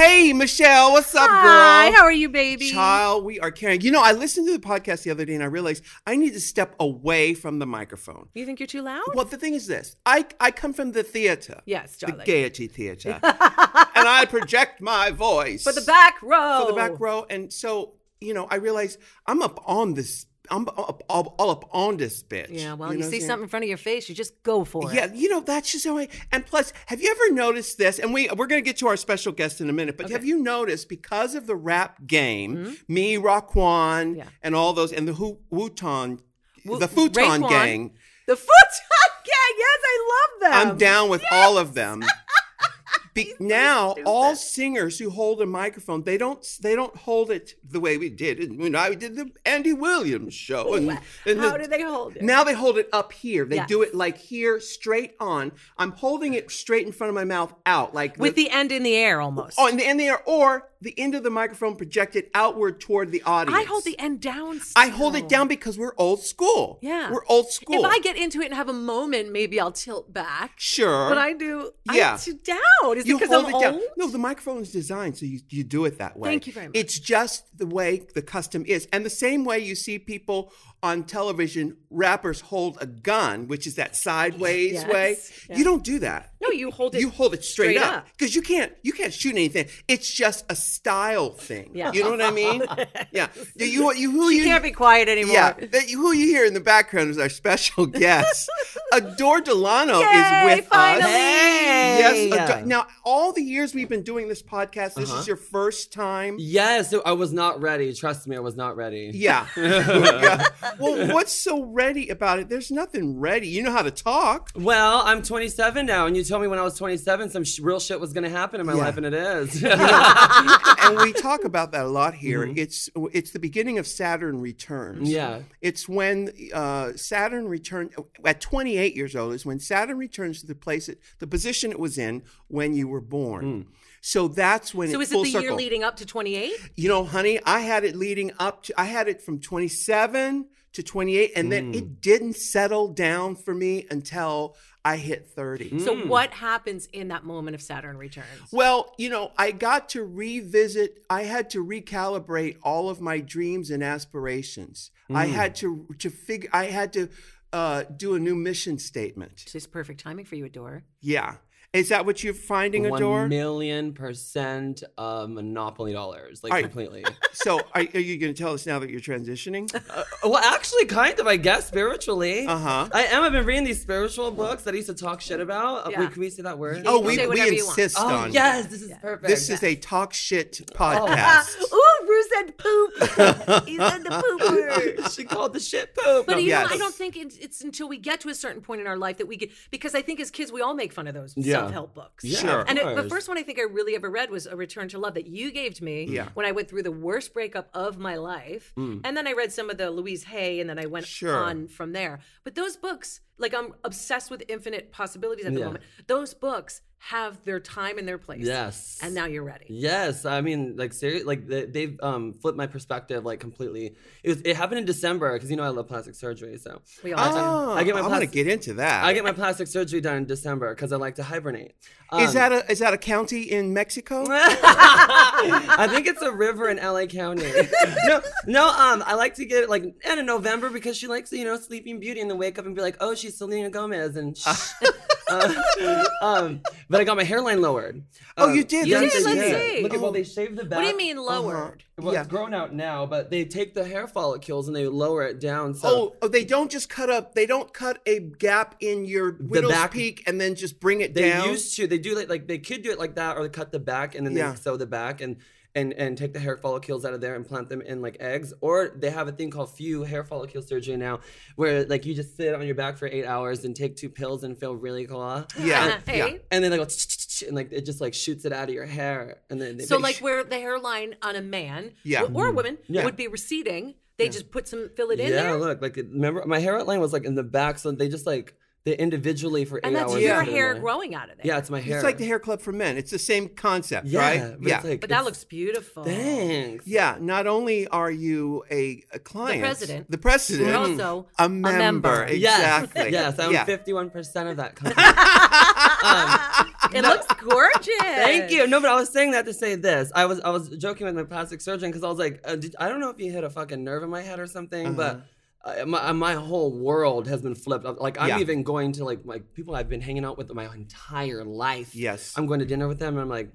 Michelle. What's up, girl? Hi, how are you, baby? Child, we are caring. You know, I listened to the podcast the other day and I realized I need to step away from the microphone. You think you're too loud? Well, the thing is this I, I come from the theater. Yes, The darling. Gaiety Theater. and I project my voice. For the back row. For the back row. And so, you know, I realized I'm up on this. I'm up, all, all up on this bitch. Yeah, well, know you, what I'm see saying? something in front of your face, you just go for it. Yeah, you know that's just how I. And plus, have you ever noticed this? And we we're going to get to our special guest in a minute, but have you noticed because of the rap game, me, Raquan, Mm-hmm. Yeah. and all those, and the Hu- Wuton, Wu- the Futon Raekwon. gang, The futon gang. Yes, I love them. I'm down with all of them. Be- now all singers who hold a microphone they don't they don't hold it the way we did and you know I did the Andy Williams show and, and How the- do they hold it? Now they hold it up here. They Yes. do it like here, straight on. I'm holding it straight in front of my mouth, out like with the end in the air almost. oh, and the end there, or the end of the microphone projected outward toward the audience. I hold the end down. I hold it still. down because we're old school. Yeah. we're old school. If I get into it and have a moment, maybe I'll tilt back. sure, But I do. Yeah. I sit down. Is it because I'm old? No, the microphone is designed so you, you do it that way. Thank you very much. It's just the way the custom is. And the same way you see people on television, rappers hold a gun, which is that sideways Yes. way. Yeah. You don't do that. No, you hold it You hold it straight, straight up up. because you can't you can't shoot anything. It's just a style thing. Yeah. You know what I mean? yeah. You, you, you who She you can't be quiet anymore. yeah, that you, who you hear in the background is our special guest. Adore Delano Yay, is with us. finally. Hey. Yes, Adore- now all the years we've been doing this podcast, this Uh-huh. is your first time. Yes, I was not ready. Trust me, I was not ready. Yeah. Yeah. Well, what's so ready about it? There's nothing ready. You know how to talk. Well, I'm 27 now, and you told me when I was 27 some sh- real shit was gonna happen in my Yeah. life, and it is. and we talk about that a lot here. Mm-hmm. It's it's the beginning of Saturn returns. Yeah. it's when uh, Saturn returned at 28 years old is when Saturn returns to the place it, the position it was in when you were born. So that's when So it is it full the circle. year leading up to 28? you know, honey, I had it leading up to I had it from 27 to 28, and then it didn't settle down for me until I hit 30. So what happens in that moment of Saturn returns? Well, you know, I got to revisit, I had to recalibrate all of my dreams and aspirations. Mm. I had to to figure I had to uh, do a new mission statement. It's just perfect timing for you, Adore. Yeah. Is that what you're finding, Adore? One million percent of Monopoly dollars, like All right. completely. so are, are you going to tell us now that you're transitioning? well, actually, kind of, I guess, spiritually. Uh-huh. I am. I've been reading these spiritual books that I used to talk shit about. Uh, Yeah. Wait, can we say that word? oh, we, Say we whatever you want. insist Oh, on yes, this is perfect. This is a talk shit Ah, podcast. ooh, Bruce said poop. he said the poop word. she called the shit poop. But you know, I yes. don't think it's, it's until we get to a certain point in our life that we get because I think as kids we all make fun of those Yeah. self-help books. Yeah, Sure. of And it, the course. first one I think I really ever read was A Return to Love that you gave to me Yeah. when I went through the worst breakup of my life. Mm. And then I read some of the Louise Hay and then I went Sure. on from there. But those books, like I'm obsessed with infinite possibilities at the Yeah. moment. Those books have their time and their place. Yes. And now you're ready. Yes, I mean, like seriously, like they, they've um, flipped my perspective like completely. It, was, it happened in December because you know I love plastic surgery, so We all Oh, I get my I'm going to plas- get into that. I get my plastic surgery done in December because I like to hibernate. Um, is that a is that a county in Mexico? I think it's a river in LA County. no, no, um, I like to get it like and in November because she likes you know Sleeping Beauty and then wake up and be like, oh, she's Selena Gomez and. Shh. Uh, um, but I got my hairline lowered. Oh, Um, you did? You yes, did? I Let's see. Look at Oh. well, they shaved the back. What do you mean Uh-huh. lowered? Well, Uh-huh. Yeah. it's grown out now, but they take the hair follicles and they lower it down. So Oh, oh, they don't just cut up. They don't cut a gap in your widow's back- peak and then just bring it they down. used to. They do like, like they could do it like that, or they cut the back and then Yeah. they sew the back and and and take the hair follicles out of there and plant them in like eggs. Or they have a thing called few hair follicle surgery now, where like you just sit on your back for eight hours and take two pills and feel really cool. yeah, hey. yeah. And then they go and like it just like shoots it out of your hair. And then they So, they- like where the hairline on a man Yeah. w- or a woman Mm. Yeah. would be receding, they just put some fill it in yeah, there, look like it- remember my hairline was like in the back, so they just like they individually for and eight that's hours. your put it in hair there. growing out of there. Yeah, it's my hair. It's like the hair club for men. It's the same concept, Yeah, right? but yeah, It's like, but that it's- looks beautiful. Thanks. yeah. Not only are you a, a client, president. the president, Mm. You're also a a member, member. exactly. Yes. Yes. I yeah. own fifty-one percent of that company. um, It looks gorgeous. Thank you. No, but I was saying that to say this. I was I was joking with my plastic surgeon because I was like, uh, did, I don't know if you hit a fucking nerve in my head or something, but uh, my, uh, my whole world has been flipped. I'm- Like I'm Uh-huh. Yeah. even going to like my people I've been hanging out with my entire life. Yes. I'm going to dinner with them, and I'm like,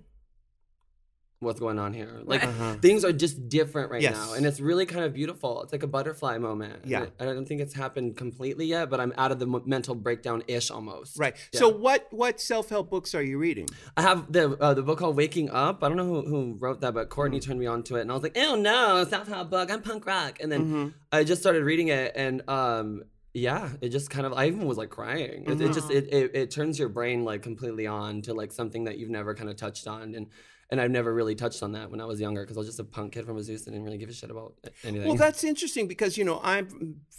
what's going on here? Like Uh-huh. things are just different right Yes. now, and it's really kind of beautiful. It's like a butterfly moment. Yeah. and I, I don't think it's happened completely yet, but I'm out of the m- mental breakdown ish almost. Right. Yeah. So what what self help books are you reading? I have the uh, the book called Waking Up. I don't know who, who wrote that, but Courtney turned me on to it, and I was like, "Oh no, self help book. I'm punk rock." And then I just started reading it, and um, yeah, it just kind of I even was like crying. It, it just it, it it turns your brain like completely on to like something that you've never kind of touched on, and and I've never really touched on that when I was younger because I was just a punk kid from Azusa and didn't really give a shit about anything. Well, that's interesting because you know I'm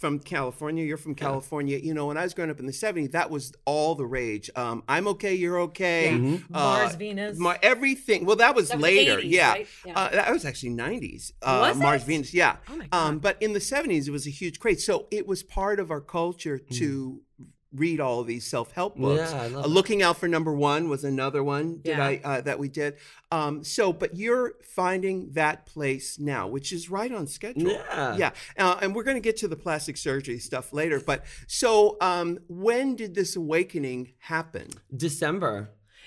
from California. You're from California. You know, when I was growing up in the '70s, that was all the rage. Um, I'm okay, you're okay. Mm-hmm. Mars, Venus. My everything. Well, that was That was later. 80s, yeah. right? Yeah. Uh, that was actually 90s. Uh, Was Mars it? Venus. Yeah. Oh my Um, but in the 70s, it was a huge craze. So it was part of our culture to read all these self-help books. Mm. Yeah, I love Uh, that. Looking out for number one was another one. Did Yeah. I uh, that we did? Um, so, but you're finding that place now, which is right on schedule. Yeah. Yeah. Uh, and we're going to get to the plastic surgery stuff later. But so, um, when did this awakening happen? December.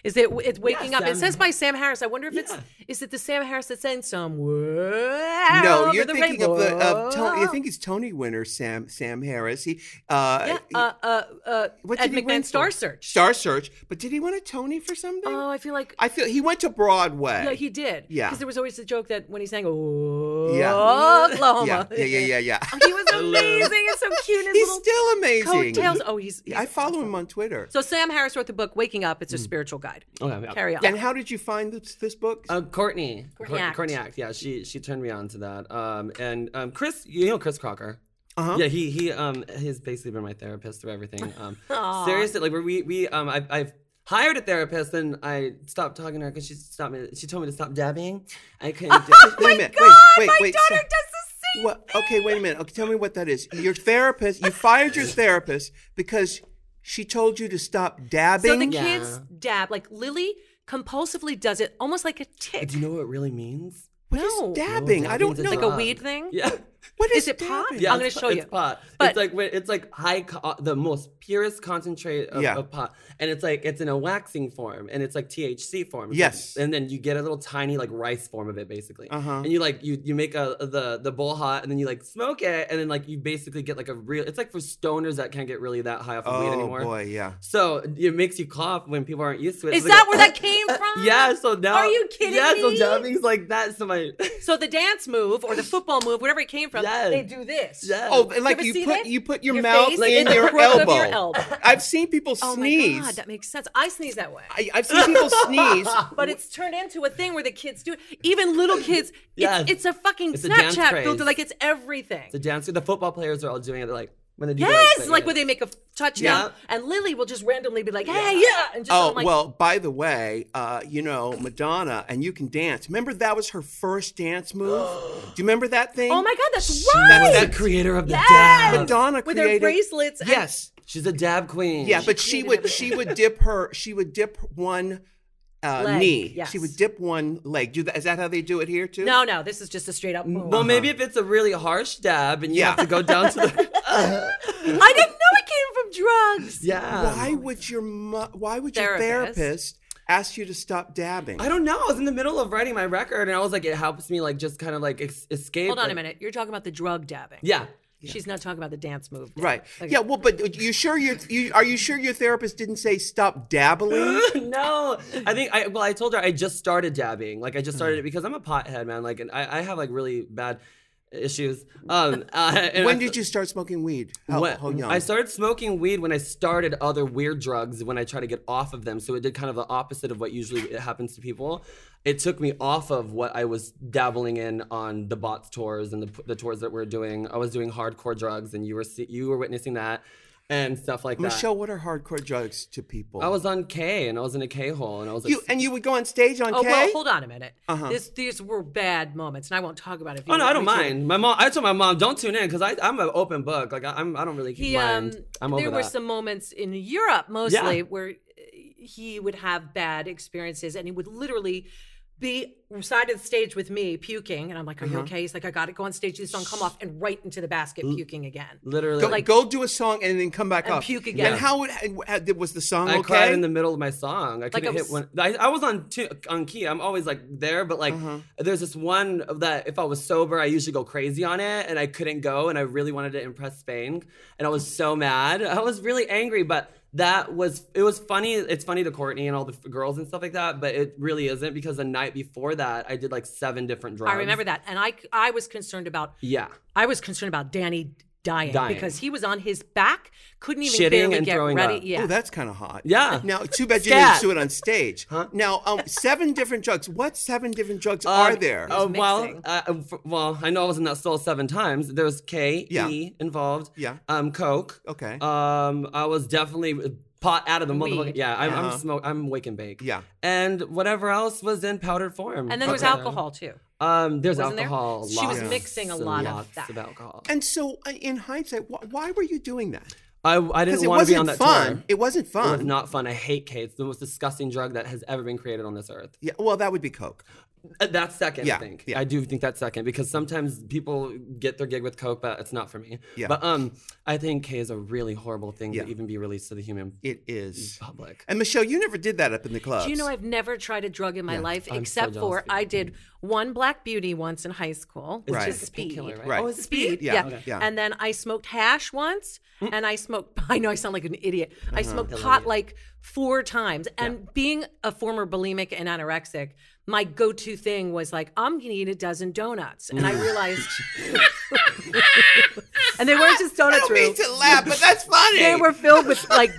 Is it? It's waking Yes, up. It Sam- says by Sam Harris. I wonder if it's. Is it the Sam Harris that's saying somewhere? No, you're over the thinking of the of rainbow? Tony. I think he's Tony winner Sam Sam Harris. He uh, Yeah. he- Uh. Uh. uh What Ed did he win McMahon for? Star Search. Star Search. But did he win a Tony for something? Oh, I feel like. I feel he went to Broadway. yeah, he did. Yeah. Because there was always the joke that when he sang "Oh Yeah. yeah, Oklahoma," yeah, yeah, yeah, yeah. he was amazing and so cute. in His He's little still amazing. coattails. Oh, he's. he's I follow him on Twitter. So Sam Harris wrote the book "Waking Up." It's a spiritual guide. Okay, Hmm. Oh, yeah. Carry on. and how did you find this, this book? Oh Uh, Courtney. Cour- Courtney Act. Courtney Act. Yeah, she she turned me on to that. Um, and um, Chris, you know Chris Crocker. Uh-huh. Yeah, he he um he's basically been my therapist through everything. Um, seriously, like we we um I, I've hired a therapist and I stopped talking to her because she stopped me. She told me to stop dabbing. I couldn't. do it. wait a minute. God, wait, Oh my wait, wait. daughter Sa- does the same. What? Okay, wait a minute. Okay, tell me what that is. Your therapist, you fired your therapist because she told you to stop dabbing. So the Yeah. kids dab. Like Lily compulsively does it almost like a tick. Uh, Do you know what it really means? what is No. dabbing? I don't dabbing's a know. like a drug. weed thing? Yeah. What is, Is it pot? dabbing? Yeah, I'm gonna it's show po- you. It's pot. But- it's like when- it's like high, co- uh, the most purest concentrate of, Yeah. of pot, and it's like it's in a waxing form, and it's like THC form. It's Yes. like- and then you get a little tiny like rice form of it, basically. Uh-huh. And you like you you make a the the bowl hot, and then you like smoke it, and then like you basically get like a real. It's like for stoners that can't get really that high off of weed Oh anymore. boy, yeah. So it makes you cough when people aren't used to it. Is It's like that a- where that came from? Yeah, so now Are you kidding Yeah, me? so dabbing's like that. So my So the dance move or the football move, whatever it came from, Yes. they do this. yeah. Oh, and like ever you seen put it? you put your, Your mouth face in in the your crook of elbow. your elbow. I've seen people Oh sneeze. my god, that makes sense. I sneeze that way. I, I've seen people sneeze. but it's turned into a thing where the kids do it. Even little kids, Yes. it's, it's a fucking It's a dance Snapchat craze. filter. Like it's everything. the dance. The football players are all doing it. They're like when they do the yes, thing, like when they make a touchdown, Yeah. and Lily will just randomly be like, "Hey, yeah," and just Oh I'm like, well, by the way, uh, you know Madonna, and you can dance. Remember that was her first dance move. Do you remember that thing? "Oh my god, that's That's- right." She's the That's- creator of the Yes! dab. Madonna With created their bracelets. and- Yes, She's a dab queen. yeah, but she would she would dip her she would dip one uh, Leg, knee. yes. She would dip one leg. Do that? Is that how they do it here too? no, no, this is just a straight up. Boom. well, maybe if it's a really harsh dab and you Yeah. have to go down to the I didn't know it came from drugs. yeah. Why would your mo- Why would your Therapist. therapist ask you to stop dabbing? I don't know. I was in the middle of writing my record, and I was like, it helps me like just kind of like ex- escape. Hold on a like- minute. You're talking about the drug dabbing. Yeah. She's not talking about the dance move. dabbing. Right. Okay. Yeah. Well, but you sure your you are you sure your therapist didn't say stop dabbling? no, I think I well, I told her I just started dabbing. Like I just started it because I'm a pothead, man. Like, and I, I have like really bad issues. Um, uh, and when I- did you start smoking weed? How, When- how young? I started smoking weed when I started other weird drugs when I try to get off of them. So it did kind of the opposite of what usually it happens to people. It took me off of what I was dabbling in on the bots tours and the, the tours that we're doing. I was doing hardcore drugs, and you were see, you were witnessing that and stuff like that. Michelle, what are hardcore drugs to people? I was on K, and I was in a K hole, and I was like, you and you would go on stage on Oh K. well, hold on a minute. This, these were bad moments, and I won't talk about it. if you Uh-huh. Oh no, I want don't me to. mind. My mom, I told my mom, don't tune in because I I'm an open book. Like I, I'm, I don't really He, um, mind. I'm over there were that. some moments in Europe mostly Yeah. where uh, he would have bad experiences and he would literally be side of the stage with me puking and I'm like, Are you Uh-huh. okay? He's like, I gotta go on stage, do the song, come off and right into the basket puking again. Literally, Go, like- go do a song and then come back And up. puke again. And how would, and how- was the song I okay? cried in the middle of my song. I couldn't I was- hit one. I, I was on two, on key. I'm always like there, but like Uh-huh. there's this one that if I was sober, I usually go crazy on it, and I couldn't go, and I really wanted to impress Spain, and I was so mad. I was really angry, but that was it was funny. It's funny to Courtney and all the f- girls and stuff like that, but it really isn't because the night before that, I did like seven different drugs. I remember that. And I I was concerned about Yeah, I was concerned about Danny dying, Dying. because he was on his back, couldn't even Shitting barely and get throwing ready. up. Yeah. Oh, that's kind of hot. yeah. Now, too bad you Scat. didn't do it on stage. Now, um, seven different drugs. What seven different drugs Um, are there? oh. Uh, well, mixing. uh, f- well, I know I was in that stall seven times. There was K, Yeah. E involved. Yeah. Um, Coke. Okay. Um, I was definitely pot out of the motherfucker. Weed. Yeah, I'm, Uh-huh. I'm smoke. I'm wake and bake. Yeah. And whatever else was in powdered form. and then there was Okay. alcohol too. Um, there's Wasn't there? alcohol. She was lots mixing a and lot of lots that. of alcohol. and so, uh, in hindsight, wh- why were you doing that? I, Because I didn't it want to be wasn't on that fun. tour. It wasn't It fun. was not fun. I hate K. It's the most disgusting drug that has ever been created on this earth. Yeah. Well, that would be coke. Uh, That's second, Yeah, I think. yeah. I do think that's second because sometimes people get their gig with Coke, but it's not for me. Yeah. But um, I think K is a really horrible thing Yeah. to even be released to the human It is. Oh, public. And Michelle, you never did that up in the clubs. Mm. Do you know I've never tried a drug in my life I'm so except jealous for of you. I did one black beauty once in high school, which Right. is Like a speed. painkiller, right? Right. Oh, is it Speed, Yeah, yeah, Mm-hmm. okay. Yeah. And then I smoked hash once, and I smoked. I know I sound like an idiot. I Uh-huh. smoked pot like four times, and being a former bulimic and anorexic, my go-to thing was like, I'm gonna eat a dozen donuts, and I realized, and they weren't just I donuts. don't mean Rue. to laugh, but that's funny. They were filled with like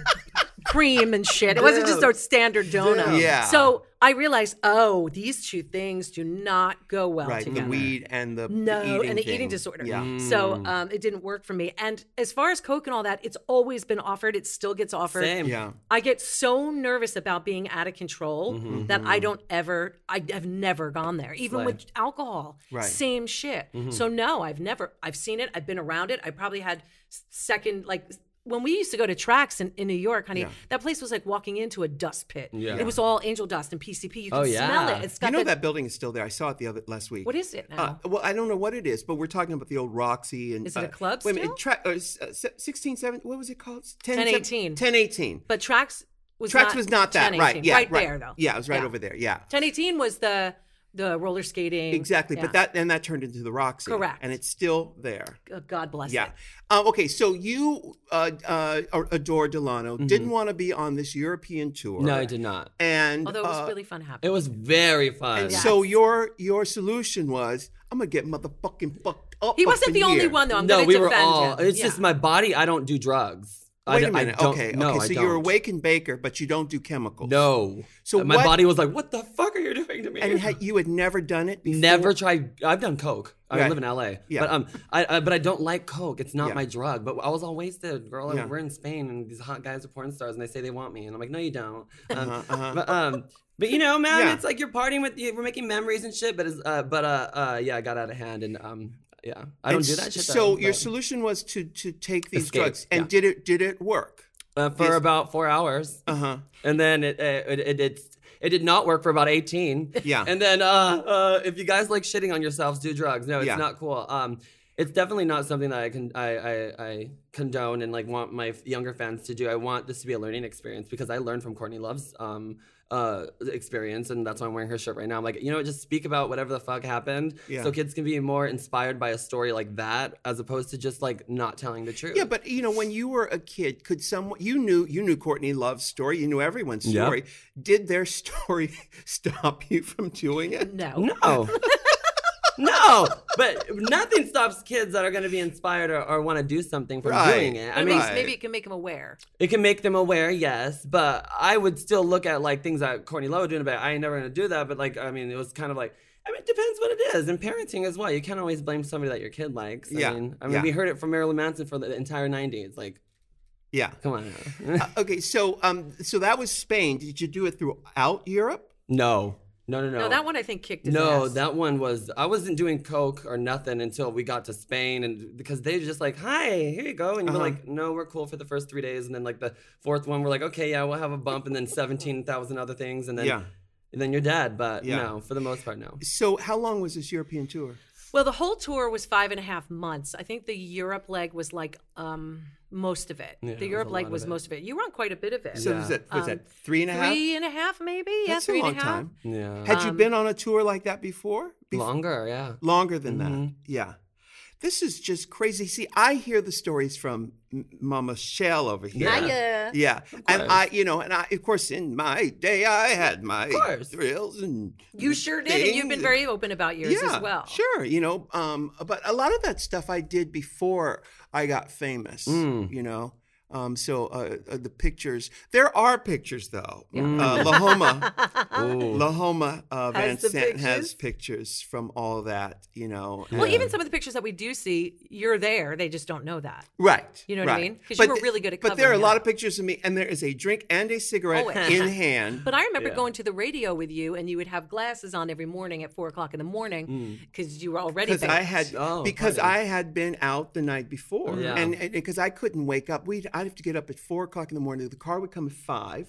cream and shit. It wasn't just Dude. our standard donut. Yeah. So I realized, oh, these two things do not go well right. together. The weed and the the no, eating and the eating thing. disorder. Yeah. So um, it didn't work for me. And as far as Coke and all that, it's always been offered. It still gets offered. Same. Yeah. I get so nervous about being out of control Mm-hmm. that I don't ever, I have never gone there. Even with alcohol, Right. Mm-hmm. same shit. So no, I've never, I've seen it. I've been around it. I probably had s- second, like when we used to go to tracks in, in New York, honey, that place was like walking into a dust pit. Yeah. It was all angel dust and PCP. You can Oh, smell yeah. it. It's got You know that, that building is still there. I saw it the other last week. what is it now? Uh, well, I don't know what it is, but we're talking about the old Roxy and Oh. Is it a uh, club Wait a minute, still? tra- uh, s- uh, se- 16, 7, what was it called? 10, 1018. 1018. but tracks was Trax not, was not that, right? 1018. Yeah, right, there though. Yeah, it was right over there. Yeah, 1018 was the the roller skating. exactly. Yeah. But that and that turned into the Roxy, Correct. And it's still there. Uh, God bless Yeah. it. Uh, okay, so you uh, uh, adore Delano. Didn't want to be on this European tour. Mm-hmm. No, I did not. And Although it was uh, really fun having. It was very fun. and so your your solution was, I'm gonna get motherfucking fucked up. He up wasn't in the only here." one though. I'm no, gonna we were defend all. him. It's Yeah. just my body. I don't do drugs. I Wait d- a I minute. don't- okay. No, okay. I So you're a don't. wake and baker, but you don't do chemicals. No. So my what- body was like, "What the fuck are you doing to me?" And had, you had never done it before. Never tried. I've done coke. I Right. live in LA. Yeah. But um, I, I but I don't like coke. It's not Yeah. my drug. But I was all wasted, girl. I- Yeah. We're in Spain, and these hot guys are porn stars, and they say they want me, and I'm like, no, you don't. Um, Uh-huh, uh-huh. But um, but you know, man, Yeah. it's like you're partying with. We're making memories and shit. But it's, uh, but uh, uh, yeah, I got out of hand, and um, yeah, I don't And do that shit. So though, your but- solution was to to take these Escape, drugs, and yeah. did it did it work? uh, for is- about four hours, Uh huh. and then it uh, it it. it it did not work for about 18. Yeah. And then uh, uh, if you guys like shitting on yourselves, do drugs. No, it's Yeah. not cool. Um, it's definitely not something that I can I, I, I condone and like want my f- younger fans to do. I want this to be a learning experience because I learned from Courtney Love's um uh experience and that's why I'm wearing her shirt right now. I'm like, you know what, just speak about whatever the fuck happened. Yeah. So kids can be more inspired by a story like that as opposed to just like not telling the truth. Yeah, but you know, when you were a kid, could someone you knew you knew Courtney Love's story, you knew everyone's Yeah. story. Did their story stop you from doing it? no. No. no, but nothing stops kids that are going to be inspired or, or want to do something from Right. doing it. I At mean, least Right. maybe it can make him aware. it can make them aware, yes, but I would still look at like things that Courtney Love was doing about. I ain't never going to do that, but like, I mean, it was kind of like. I mean, it depends what it is, and parenting as well. You can't always blame somebody that your kid likes. I Yeah. mean, I mean, Yeah. we heard it from Marilyn Manson for the entire '90s. Like, Yeah. come on. now. Uh, Okay, so um, so that was Spain. Did you do it throughout Europe? no, No, no, no. No, that one I think kicked his No, ass. that one was I wasn't doing coke or nothing until we got to Spain, and because they just like, hi, here you go, and you were Uh-huh. like, no, we're cool for the first three days, and then like the fourth one, we're like, okay, yeah, we'll have a bump, and then seventeen thousand other things, and then Yeah. and then you're dead. But Yeah. no, for the most part, no. So, how long was this European tour? Well, the whole tour was five and a half months. I think the Europe leg was like um, most of it. Yeah, it the was Europe a leg lot of was it. most of it. You were on quite a bit of it. So, Yeah. was that, was Um, that three and a half? Three and a half, maybe. yeah, That's a three long and a half. time. Yeah, Had you been on a tour like that before? Bef- longer, yeah. Longer than mm-hmm. that. Yeah. This is just crazy. See, I hear the stories from M- Mama Shell over here. Yeah. Hiya. Yeah, and course. I, you know, and I, of course, in my day, I had my course. thrills and You sure did, and you've been things. very open about yours as well. Sure, you know, um, but a lot of that stuff I did before I got famous. Mm. You know, um, so uh, uh, the pictures. There are pictures though. Uh, Lahoma, Lahoma uh, Van Mm. Has the Sant has pictures from all that. You know, Well, and- even some of the pictures that we do see, you're there. They just don't know that. Right. You know what I right. mean? 'Cause you But were th- really good at But there are a covering lot up. of pictures of me, and there is a drink and a cigarette Always. in hand. But I remember Yeah. going to the radio with you, and you would have glasses on every morning at four o'clock in the morning because you were already. Mm. because I baked. had Oh, because funny. I had been out the night before, Yeah. and because I couldn't wake up, we'd I'd have to get up at four o'clock in the morning. The car would come at five.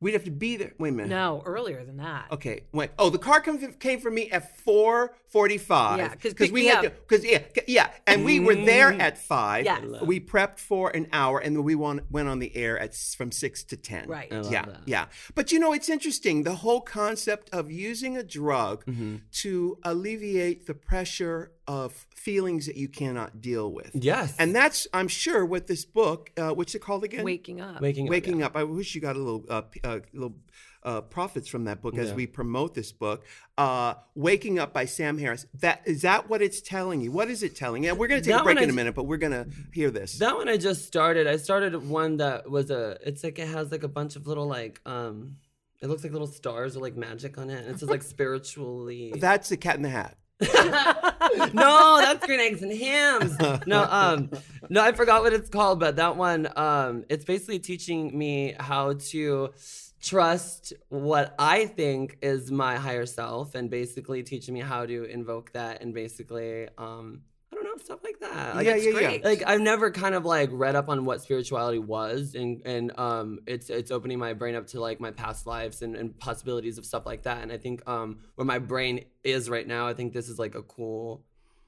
We'd have to be there. Wait a minute. no earlier than that. Okay. Wait. Oh, the car come, came for me at four forty-five. Yeah, 'cause pick we me had to. up. Mm. Because yeah, c- yeah, and we were there at five. Yes. We prepped for an hour, and then we went went on the air at s- from six to ten. Right. I love yeah. that. Yeah. But you know, it's interesting the whole concept of using a drug Mm-hmm. to alleviate the pressure of feelings that you cannot deal with. Yes, And that's, I'm sure, what this book, uh, what's it called again? Waking up. waking up, Waking up. I wish you got a little uh, p- uh, little uh, profits from that book as Yeah. we promote this book. Uh, Waking Up by Sam Harris. That is that what it's telling you? What is it telling you? And we're going to take That a break one in a is- minute, but we're going to hear this. That one I just started. I started one that was a. It's like it has like a bunch of little like um. It looks like little stars or like magic on it, and it says like spiritually. That's the Cat in the Hat. no, that's green eggs and hams. No, um, no, I forgot what it's called, but that one, um, it's basically teaching me how to trust what I think is my higher self, and basically teaching me how to invoke that, and basically, um, I don't know, stuff like that. Like, yeah, it's yeah, great. yeah. like I've never kind of like read up on what spirituality was and and um it's it's opening my brain up to like my past lives and, and possibilities of stuff like that and I think um where my brain is right now I think this is like a cool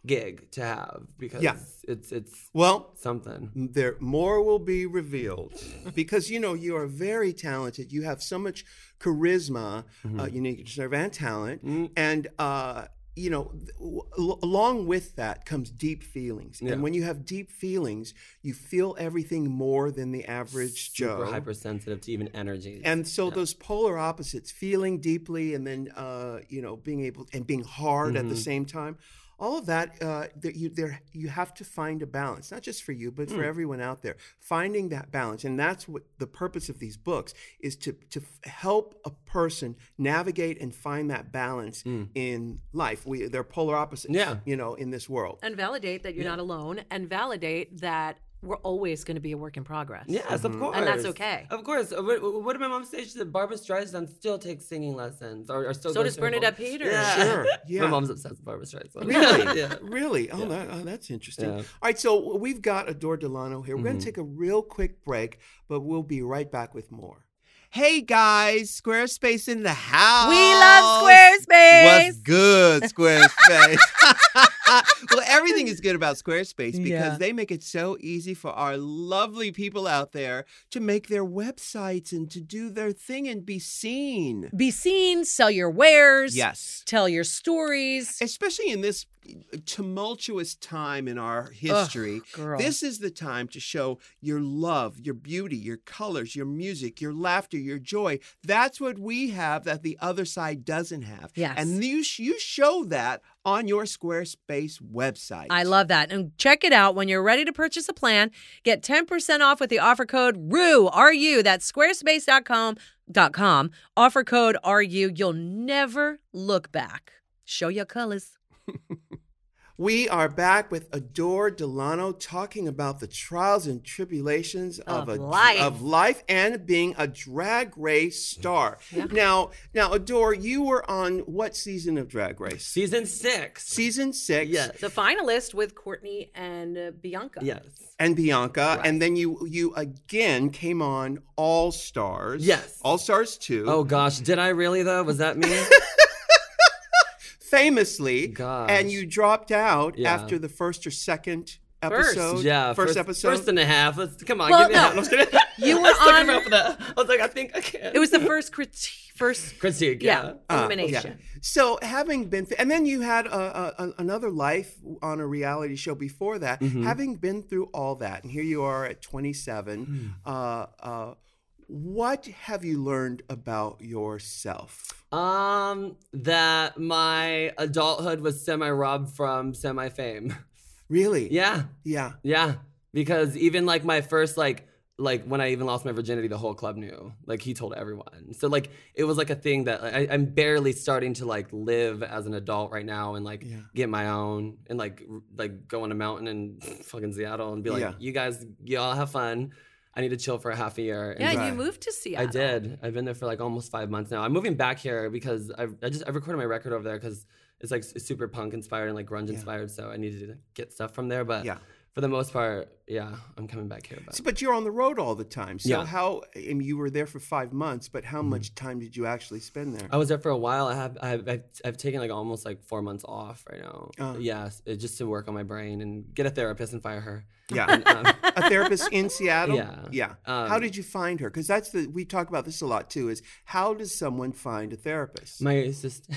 gig to have because Yeah. it's it's Well, something there more will be revealed because you know you are very talented you have so much charisma uh, Mm-hmm. uniqueness and talent Mm. and uh, you know th- w- al- along with that comes deep feelings Yeah. and when you have deep feelings you feel everything more than the average super joe hypersensitive to even energy and so those polar opposites feeling deeply and then uh, you know being able and being hard at the same time all of that uh, that you there you have to find a balance not just for you but for everyone out there finding that balance and that's what the purpose of these books is to to f- help a person navigate and find that balance in life we they're polar opposites Yeah. you know in this world and validate that you're not alone and validate that we're always going to be a work in progress. Yes, Mm-hmm. of course. And that's okay. Of course. Uh, What, what did my mom say? She said Barbara Streisand still takes singing lessons, or, or still. So goes does to her mom. Bernadette Peters. Yeah. sure yeah My mom's obsessed with Barbara Streisand. Really? yeah. Really? Oh, that, oh that's interesting. Yeah. All right, so we've got Adore Delano here. We're going to take a real quick break, but we'll be right back with more. Hey guys, Squarespace in the house. We love Squarespace. What's good, Squarespace? well, everything is good about Squarespace because Yeah. they make it so easy for our lovely people out there to make their websites and to do their thing and be seen. Be seen, sell your wares, Yes. tell your stories. especially in this uh, tumultuous time in our history girl. this is the time to show your love your beauty your colors your music your laughter your joy that's what we have that the other side doesn't have Yes. and you sh- you show that on your squarespace website I love that. And check it out when you're ready to purchase a plan. Get 10% off with the offer code RU, RU. That's squarespace.com. Dot com. Offer code RU. You'll never look back. Show your colors. We are back with Adore Delano talking about the trials and tribulations of, Of a, life. of life and being a drag race star. Now, now Adore, you were on what season of Drag Race? Season six. Season 6 Yes. The finalist with Courtney and uh, Bianca. Yes. and Bianca and then you you again came on All Stars. Yes. All Stars 2. Oh gosh, did I really though? Was that me? famously, Gosh. and you dropped out Yeah. after the first or second First. episode. yeah. first, episode. First and a half. Let's, come on, Well, give me no. a hand. I was kidding. You were I stuck on- around for that. I was like, I think I can. It was the first critique, first critique. yeah, Yeah. Ah, elimination. yeah. So having been, th- and then you had a, a, a- another life on a reality show before that. Mm-hmm. Having been through all that, and here you are at Hmm. 27. Uh, uh, what have you learned about yourself? Um, that my adulthood was semi robbed from semi fame. Really? Yeah. Yeah. Yeah, because even like my first like like when I even lost my virginity, the whole club knew. Like he told everyone. So like it was like a thing that I, I'm barely starting to like live as an adult right now and like Yeah. get my own and like r- like go on a mountain in fucking Seattle and be like, Yeah. you guys, y'all have fun. I need to chill for a half a year. And Yeah, Right. you moved to I Seattle. did. I've been there for like almost five months now. I'm moving back here because I, I just I recorded my record over there because it's like s- super punk inspired and like grunge inspired. So I needed to get stuff from there. But Yeah. for the most part, yeah, I'm coming back here. But So, but you're on the road all the time. So Yeah. Mm-hmm. how? I mean, you were there for five months, but how much time did you actually spend there? I was there for a while. I have I've, I've, I've taken like almost like four months off right now. Uh. Yes, it- just to work on my brain and get a therapist and fire her. Yeah. And, um, a therapist in Seattle. Yeah. yeah. Um, how did you find her? Because that's the we talk about this a lot too. Is how does someone find a therapist? my sister.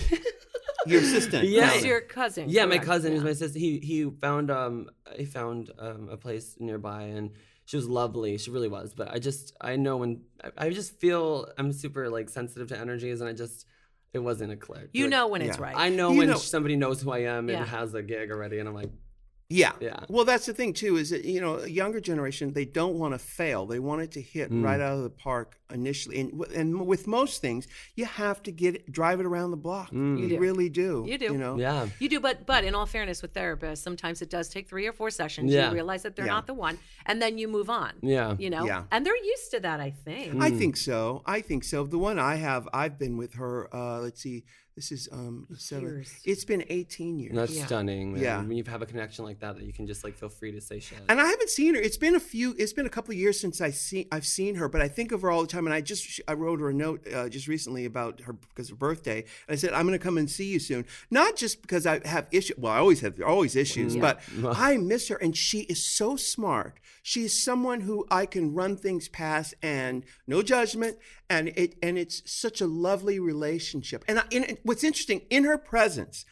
Your assistant. Yeah. Who's your cousin? Yeah, my correct, cousin yeah. who's my sister. He he found um he found um a place nearby and she was lovely. She really was. But I just I know when I, I just feel I'm super like sensitive to energies and I just it wasn't a click. You Like, know when it's Yeah. right. I know You when know- somebody knows who I am Yeah. and has a gig already, and I'm like, Yeah. Yeah. Well, that's the thing too is that you know a younger generation they don't want to fail. They want it to hit Hmm. right out of the park initially, and w- and with most things you have to get it, drive it around the block. You, do. really do. You do. You know. Hmm. yeah, You do, but but in all fairness, with therapists, sometimes it does take three or four sessions. Yeah. You realize that they're Yeah. not the one, and then you move on. yeah, You know, Yeah. and they're used to that. I think. Hmm. I think so. I think so. The one I have, I've been with her. Uh, let's see, this is um, seven. Years. It's been eighteen years. And that's Yeah. stunning. Man. Yeah. when you have a connection like that, that you can just like feel free to say shit. and I haven't seen her. It's been a few. It's been a couple of years since I see I've seen her, but I think of her all the time. And I just sh- I wrote her a note uh, just recently about her because her birthday. And I said I'm going to come and see you soon, not just because I have issues. Well, I always have always issues, but I miss her, and she is so smart. She is someone who I can run things past, and no judgment, and it and it's such a lovely relationship. And, I, and what's interesting in her presence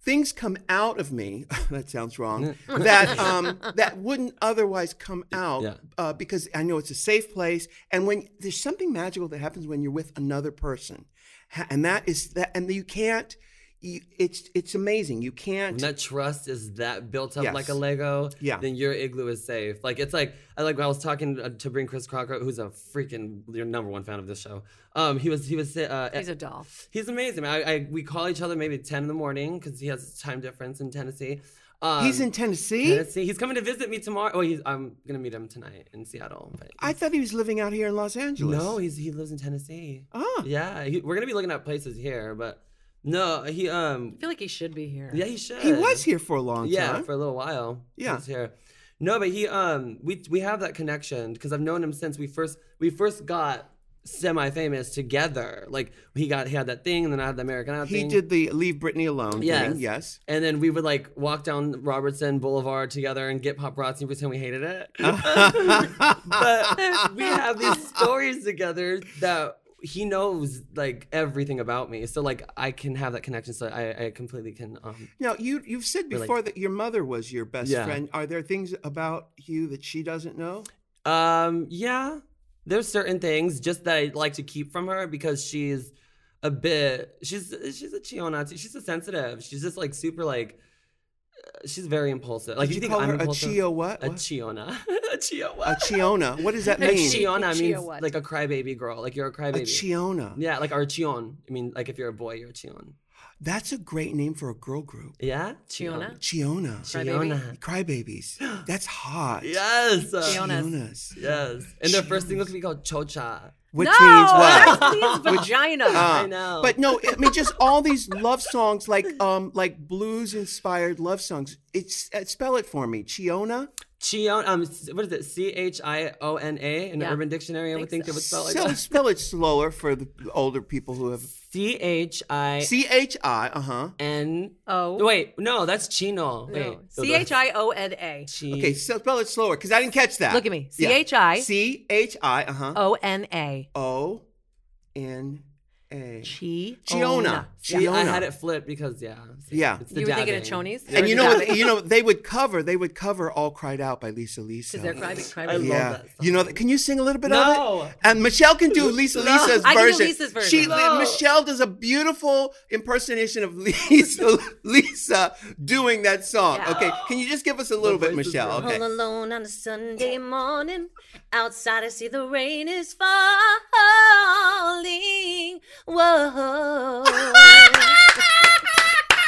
things come out of me that sounds wrong that um, that wouldn't otherwise come out Yeah. uh, because I know it's a safe place and when there's something magical that happens when you're with another person Ha- and that is that and you can't you, it's it's amazing you can't When that trust is that built up Yes. like a Lego, Yeah. then your igloo is safe. Like it's like I like when I was talking uh, to bring Chris Crocker, who's a freaking your number one fan of this show. Um, he was he was uh, He's a doll. he's amazing. I, I we call each other maybe ten in the morning because he has a time difference in Tennessee. Um, he's in Tennessee Tennessee. He's coming to visit me tomorrow. Oh, he's, I'm gonna meet him tonight in Seattle. But I thought he was living out here in Los Angeles no, he's he lives in Tennessee. Ah. yeah. He, we're gonna be looking at places here, but no, he um I feel like he should be here. yeah he should he was here for a long yeah time for a little while Yeah. he was here no but he um we we have that connection because i've known him since we first we first got semi-famous together like he got he had that thing and then i had the american Idol he thing. did the leave Britney alone Yes. thing yes and then we would like walk down Robertson Boulevard together and get paparazzi and pretend we hated it. but we have these stories together that he knows like everything about me. So like I can have that connection. So I, I completely can um Now you you've said Relate. before that your mother was your best Yeah. friend. Are there things about you that she doesn't know? Um, yeah, there's certain things just that I like to keep from her because she's a bit. She's she's a Chiona. She's a sensitive. She's just like super like. uh, She's very impulsive. Like Did you think call I'm her a impulsive? Chio what? A What? Chiona. a A Chiona. Chiona. What does that A mean? Chiona A means Chio what? like a crybaby girl. Like you're a A crybaby. Chiona. yeah, like or a Chion. I mean, like if you're a boy, you're a Chion. That's a great name for a girl group. Yeah? Chiona. Chiona. Fiona. Crybabies. That's hot. Yes. Chionas. Chionas. Yes. And their first single could be called Cho Cha. Which no, means what? that means vagina. Uh, I know. But no, I mean just all these love songs, like um, like blues inspired love songs. It's uh, spell it for me, Chiona. Chion, um, s- what is it? C H I O N A in the Yeah. Urban Dictionary. I would Think think they would spell it So like spell it slower for the older people who have C H I C H I. Uh huh. N. oh. Wait, no, that's Chino. Wait, No. C H I O N A. Chi- Okay, so spell it slower because I didn't catch that. E. Look at me. Yeah. C H I Oh. C H I. Uh huh. O N A. O N A. Chi. Chiona. See, I Chiona. had it flipped because yeah, see, Yeah. it's the You were thinking of dabbing. chonies? And you know what? You know they would cover. They would cover "All Cried Out" by Lisa Lisa. Because they're crybabies. I love yeah, that you know. that- Can you sing a little bit No. of it? And Michelle can do Lisa Lisa's I can do version. Lisa's version. She No. Michelle does a beautiful impersonation of Lisa Lisa doing that song. Yeah. Okay, can you just give us a little bit, voice is Michelle? wrong. Okay. All alone on a Sunday morning. Outside, I see the rain is falling. Whoa.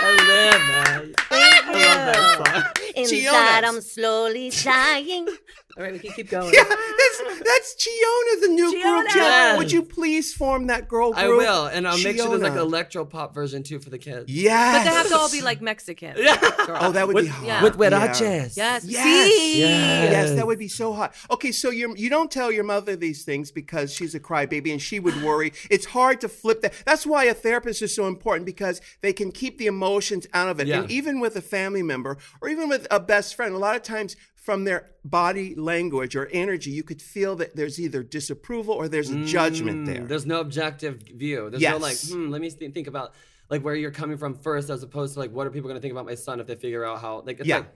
I live, man. I Oh. love that song. Inside, Chionas. I'm slowly dying. All right, we can keep going. Yeah, that's that's Chiona, the new group. Chiona. Chiona, would you please form that girl group? I will, and I'll make sure there's like an Chiona. electro pop version too for the kids. Yes. But they have to all be like Mexican. Oh, that would with, be hot. yeah. With huaraches. Yeah. Yes. Yes. See? Yes. Yes, that would be so hot. Okay, so you you don't tell your mother these things because she's a crybaby and she would worry. It's hard to flip that. That's why a therapist is so important because they can keep the emotions out of it. Yeah. And even with a family member or even with a best friend, a lot of times from their body language or energy, you could feel that there's either disapproval or there's a judgment there. Mm, There's no objective view. There's no like, Yes. hmm, let me th- think about like where you're coming from first, as opposed to like, what are people gonna think about my son if they figure out how like it's Yeah. like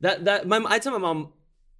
that that my I tell my mom.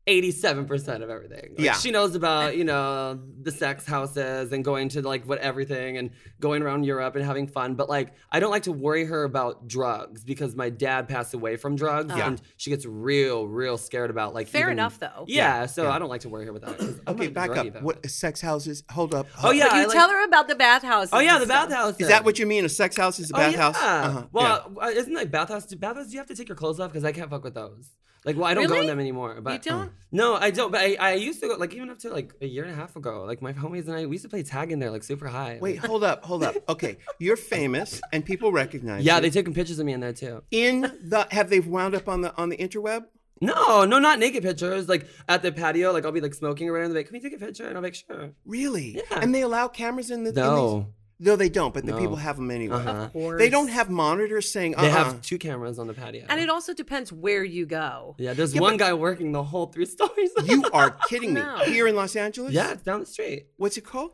87% of everything. Like, Yeah. She knows about, you know, the sex houses and going to like what everything and going around Europe and having fun. But like, I don't like to worry her about drugs because my dad passed away from drugs and she gets real, real scared about like. Fair even- enough, though. Yeah. So I don't like to worry her with that. 'cause I'm okay, not back druggy, up. though. What sex houses? Hold up. Oh, yeah. But you I, like- tell her about the bathhouse. Oh yeah, the bathhouse. Is that what you mean? A sex house is a bathhouse? Oh, yeah. Uh-huh. Well, uh, isn't like bathhouse? Do bathhouse? Do you have to take your clothes off? Because I can't fuck with those. Like, well, I don't go in Really? them anymore. But You don't? No, I don't. But I, I used to go. Like even up to like a year and a half ago. Like my homies and I, we used to play tag in there, like super high. Wait, hold up, hold up. Okay, you're famous and people recognize Yeah, you. they taking pictures of me in there too. in the have they wound up on the on the interweb? No, no, not naked pictures. Like at the patio, like I'll be like smoking around. They're like, "Can we take a picture?" And I'll be like, "Sure." Really? And they allow cameras in the in No. these- no, they don't. But the people have them anyway. Uh-huh. They don't have monitors saying. Uh-uh. They have two cameras on the patio. And it also depends where you go. yeah, there's one guy working the whole three stories. "Uh-uh, you are kidding me. No. Here in Los Angeles. yeah, it's down the street. What's it called?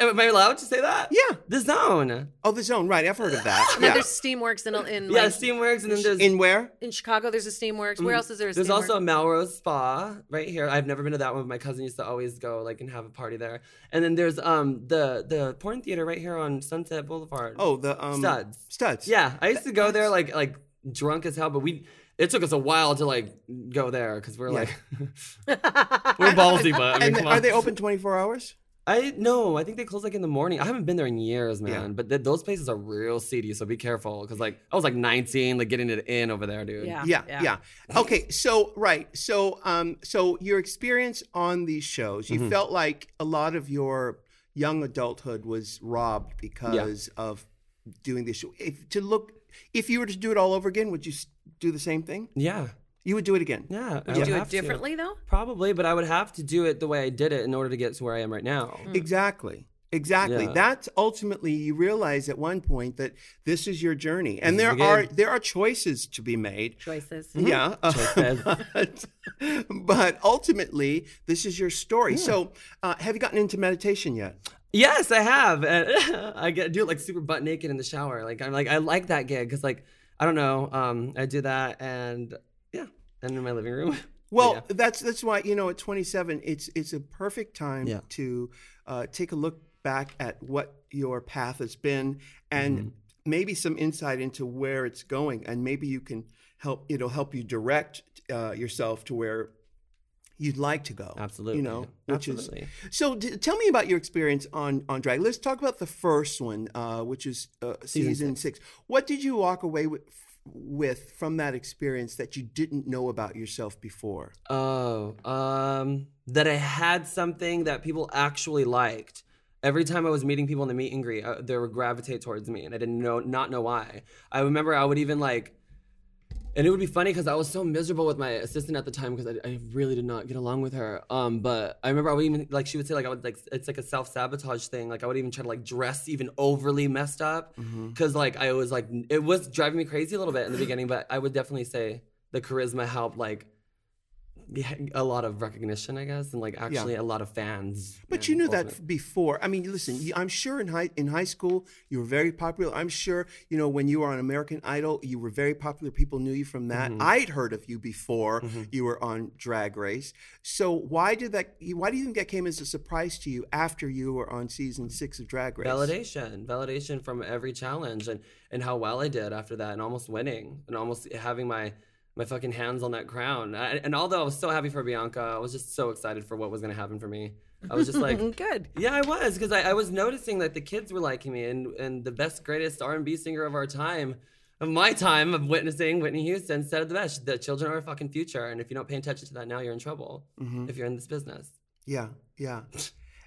Am I allowed to say that? Yeah. The zone. Oh, the Zone. Right. I've heard of that. And then yeah. there's Steamworks in, in, Yeah, like, Steamworks, and then there's In where? in Chicago. There's a Steamworks. Where else is there a There's Steamworks? also a Melrose Spa right here. I've never been to that one. but My cousin used to always go like and have a party there. And then there's um the the porn theater right here on Sunset Boulevard. Oh, the um, Studs. Studs. yeah, I used to go there like like drunk as hell, but we it took us a while to like go there because we're like we're ballsy, but I mean, And come are on. they open 24 hours? I no, I think they close like in the morning. I haven't been there in years, man. But th- those places are real seedy, so be careful because like I was like 19, like getting it in over there, dude. Yeah. yeah, yeah. Okay, so right, so um, so your experience on these shows, Mm-hmm. you felt like a lot of your young adulthood was robbed because of doing this show. If to look, if you were to do it all over again, would you s- do the same thing? yeah, You would do it again. yeah. I You would do have it to. differently, though? Probably, but I would have to do it the way I did it in order to get to where I am right now. Mm. Exactly. Exactly. Yeah. That's ultimately you realize at one point that this is your journey, and there the are game. Mm-hmm. there are choices to be made. Choices. Yeah. uh, but, but ultimately, this is your story. So, uh, have you gotten into meditation yet? Yes, I have. And I get do it like super butt naked in the shower. Like I'm like I like that gig because like I don't know, um, I do that and yeah, and in my living room. Well, that's that's why you know at 27, it's it's a perfect time Yeah. to uh, take a look back at what your path has been and maybe some insight into where it's going, and maybe you can help. It'll help you direct uh, yourself to where you'd like to go. Absolutely. You know, which is Absolutely. so. D- tell me about your experience on on drag. Let's talk about the first one, uh, which is uh, season, six. What did you walk away with? With from that experience that you didn't know about yourself before. Oh, um, that I had something that people actually liked. Every time I was meeting people in the meet and greet, uh, they would gravitate towards me, and I didn't know, not know why. I remember I would even like, and it would be funny because I was so miserable with my assistant at the time because I, I really did not get along with her. Um, but I remember I would even like she would say like I would like it's like a self sabotage thing. Like I would even try to like dress even overly messed up Mm-hmm. because like I was like it was driving me crazy a little bit in the beginning. But I would definitely say the charisma helped like yeah, a lot of recognition, I guess, and like actually a lot of fans. But yeah, you knew that ultimately. before. I mean, listen. you- I'm sure in high in high school you were very popular. I'm sure you know when you were on American Idol, you were very popular. People knew you from that. I'd heard of you before you were on Drag Race. So why did that? Why do you think that came as a surprise to you after you were on season six of Drag Race? validation, validation from every challenge, and and how well I did after that, and almost winning, and almost having my my fucking hands on that crown. I, and although I was so happy for Bianca, I was just so excited for what was gonna happen for me. I was just Mm, like, Good. Yeah, I was because I, I was noticing that the kids were liking me, and and the best, greatest R and B singer of our time, of my time of witnessing Whitney Houston said it the best: "The children are our fucking future, and if you don't pay attention to that now, you're in trouble. If you're in this business." Yeah, yeah.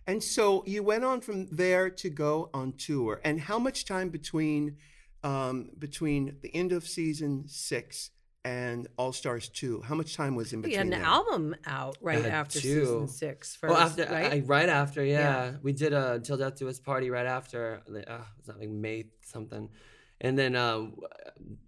And so you went on from there to go on tour. And how much time between um, between the end of season six and All Stars two? How much time was in You between? had an there? album out right had after two. season six. First, Well, after right? I, I- right after, yeah, we did a till death do us party right after. like, Uh, was that like May something? And then uh,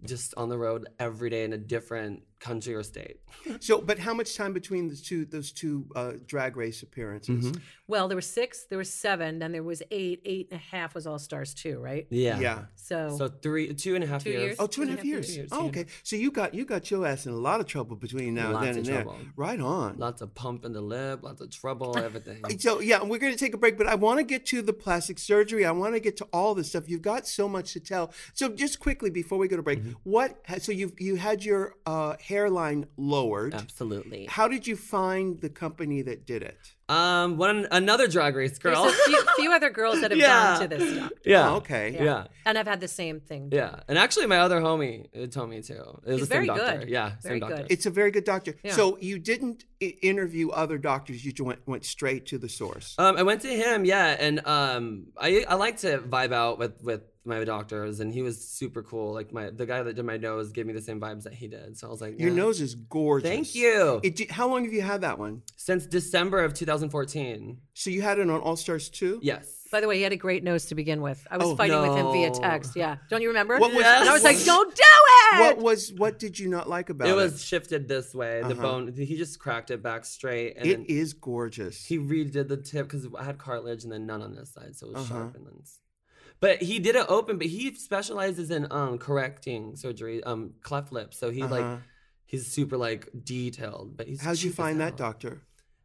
just on the road every day in a different country or state. So, but how much time between the two those two uh, drag race appearances? Mm-hmm. well, there were six, there were seven, then there was eight, eight and a half was All Stars two, right? Yeah. Yeah. So, So three, two and a half Two years. years. Oh, two and a half years. years, Oh, yeah. okay. So you got you got your ass in a lot of trouble between now and Lots then of and there. trouble. Right on. Lots of pump in the lip, lots of trouble, everything. So yeah, we're going to take a break, but I want to get to the plastic surgery. I want to get to all this stuff. You've got so much to tell. So just quickly before we go to break, Mm-hmm. what? ha- So you you had your uh, hairline lowered. Absolutely. How did you find the company that did it? Um, one another drag race there's girl. a few, few other girls that have Yeah. gone to this stuff. yeah. Oh, okay. Yeah. yeah. And I've had the same thing. And actually, my other homie uh, told me too. It was He's the very same doctor. good. Yeah, Very same doctor. good. It's a very good doctor. Yeah. So you didn't I- interview other doctors. You just went went straight to the source. Um, I went to him, yeah, and um, I I like to vibe out with with my doctors, and he was super cool. Like my the guy that did my nose gave me the same vibes that he did, so I was like, Your yeah. nose is gorgeous. Thank you. It, did- how long have you had that one? Since December of 2014, So you had it on All Stars too. yes. By the way, he had a great nose to begin with. I was Oh, fighting with him via no. text. Yeah. Don't you remember? What was- and I was like, what- don't do it. What was what did you not like about it? It was shifted this way. The Uh-huh. bone, he just cracked it back straight, and then It is gorgeous. he redid the tip because I had cartilage and then none on this side, so it was Uh-huh. sharp and then. s- But he did it open, but he specializes in um correcting surgery, um cleft lips. So he Uh-huh. like he's super like detailed. But he's How'd you cheap as find that hell. doctor?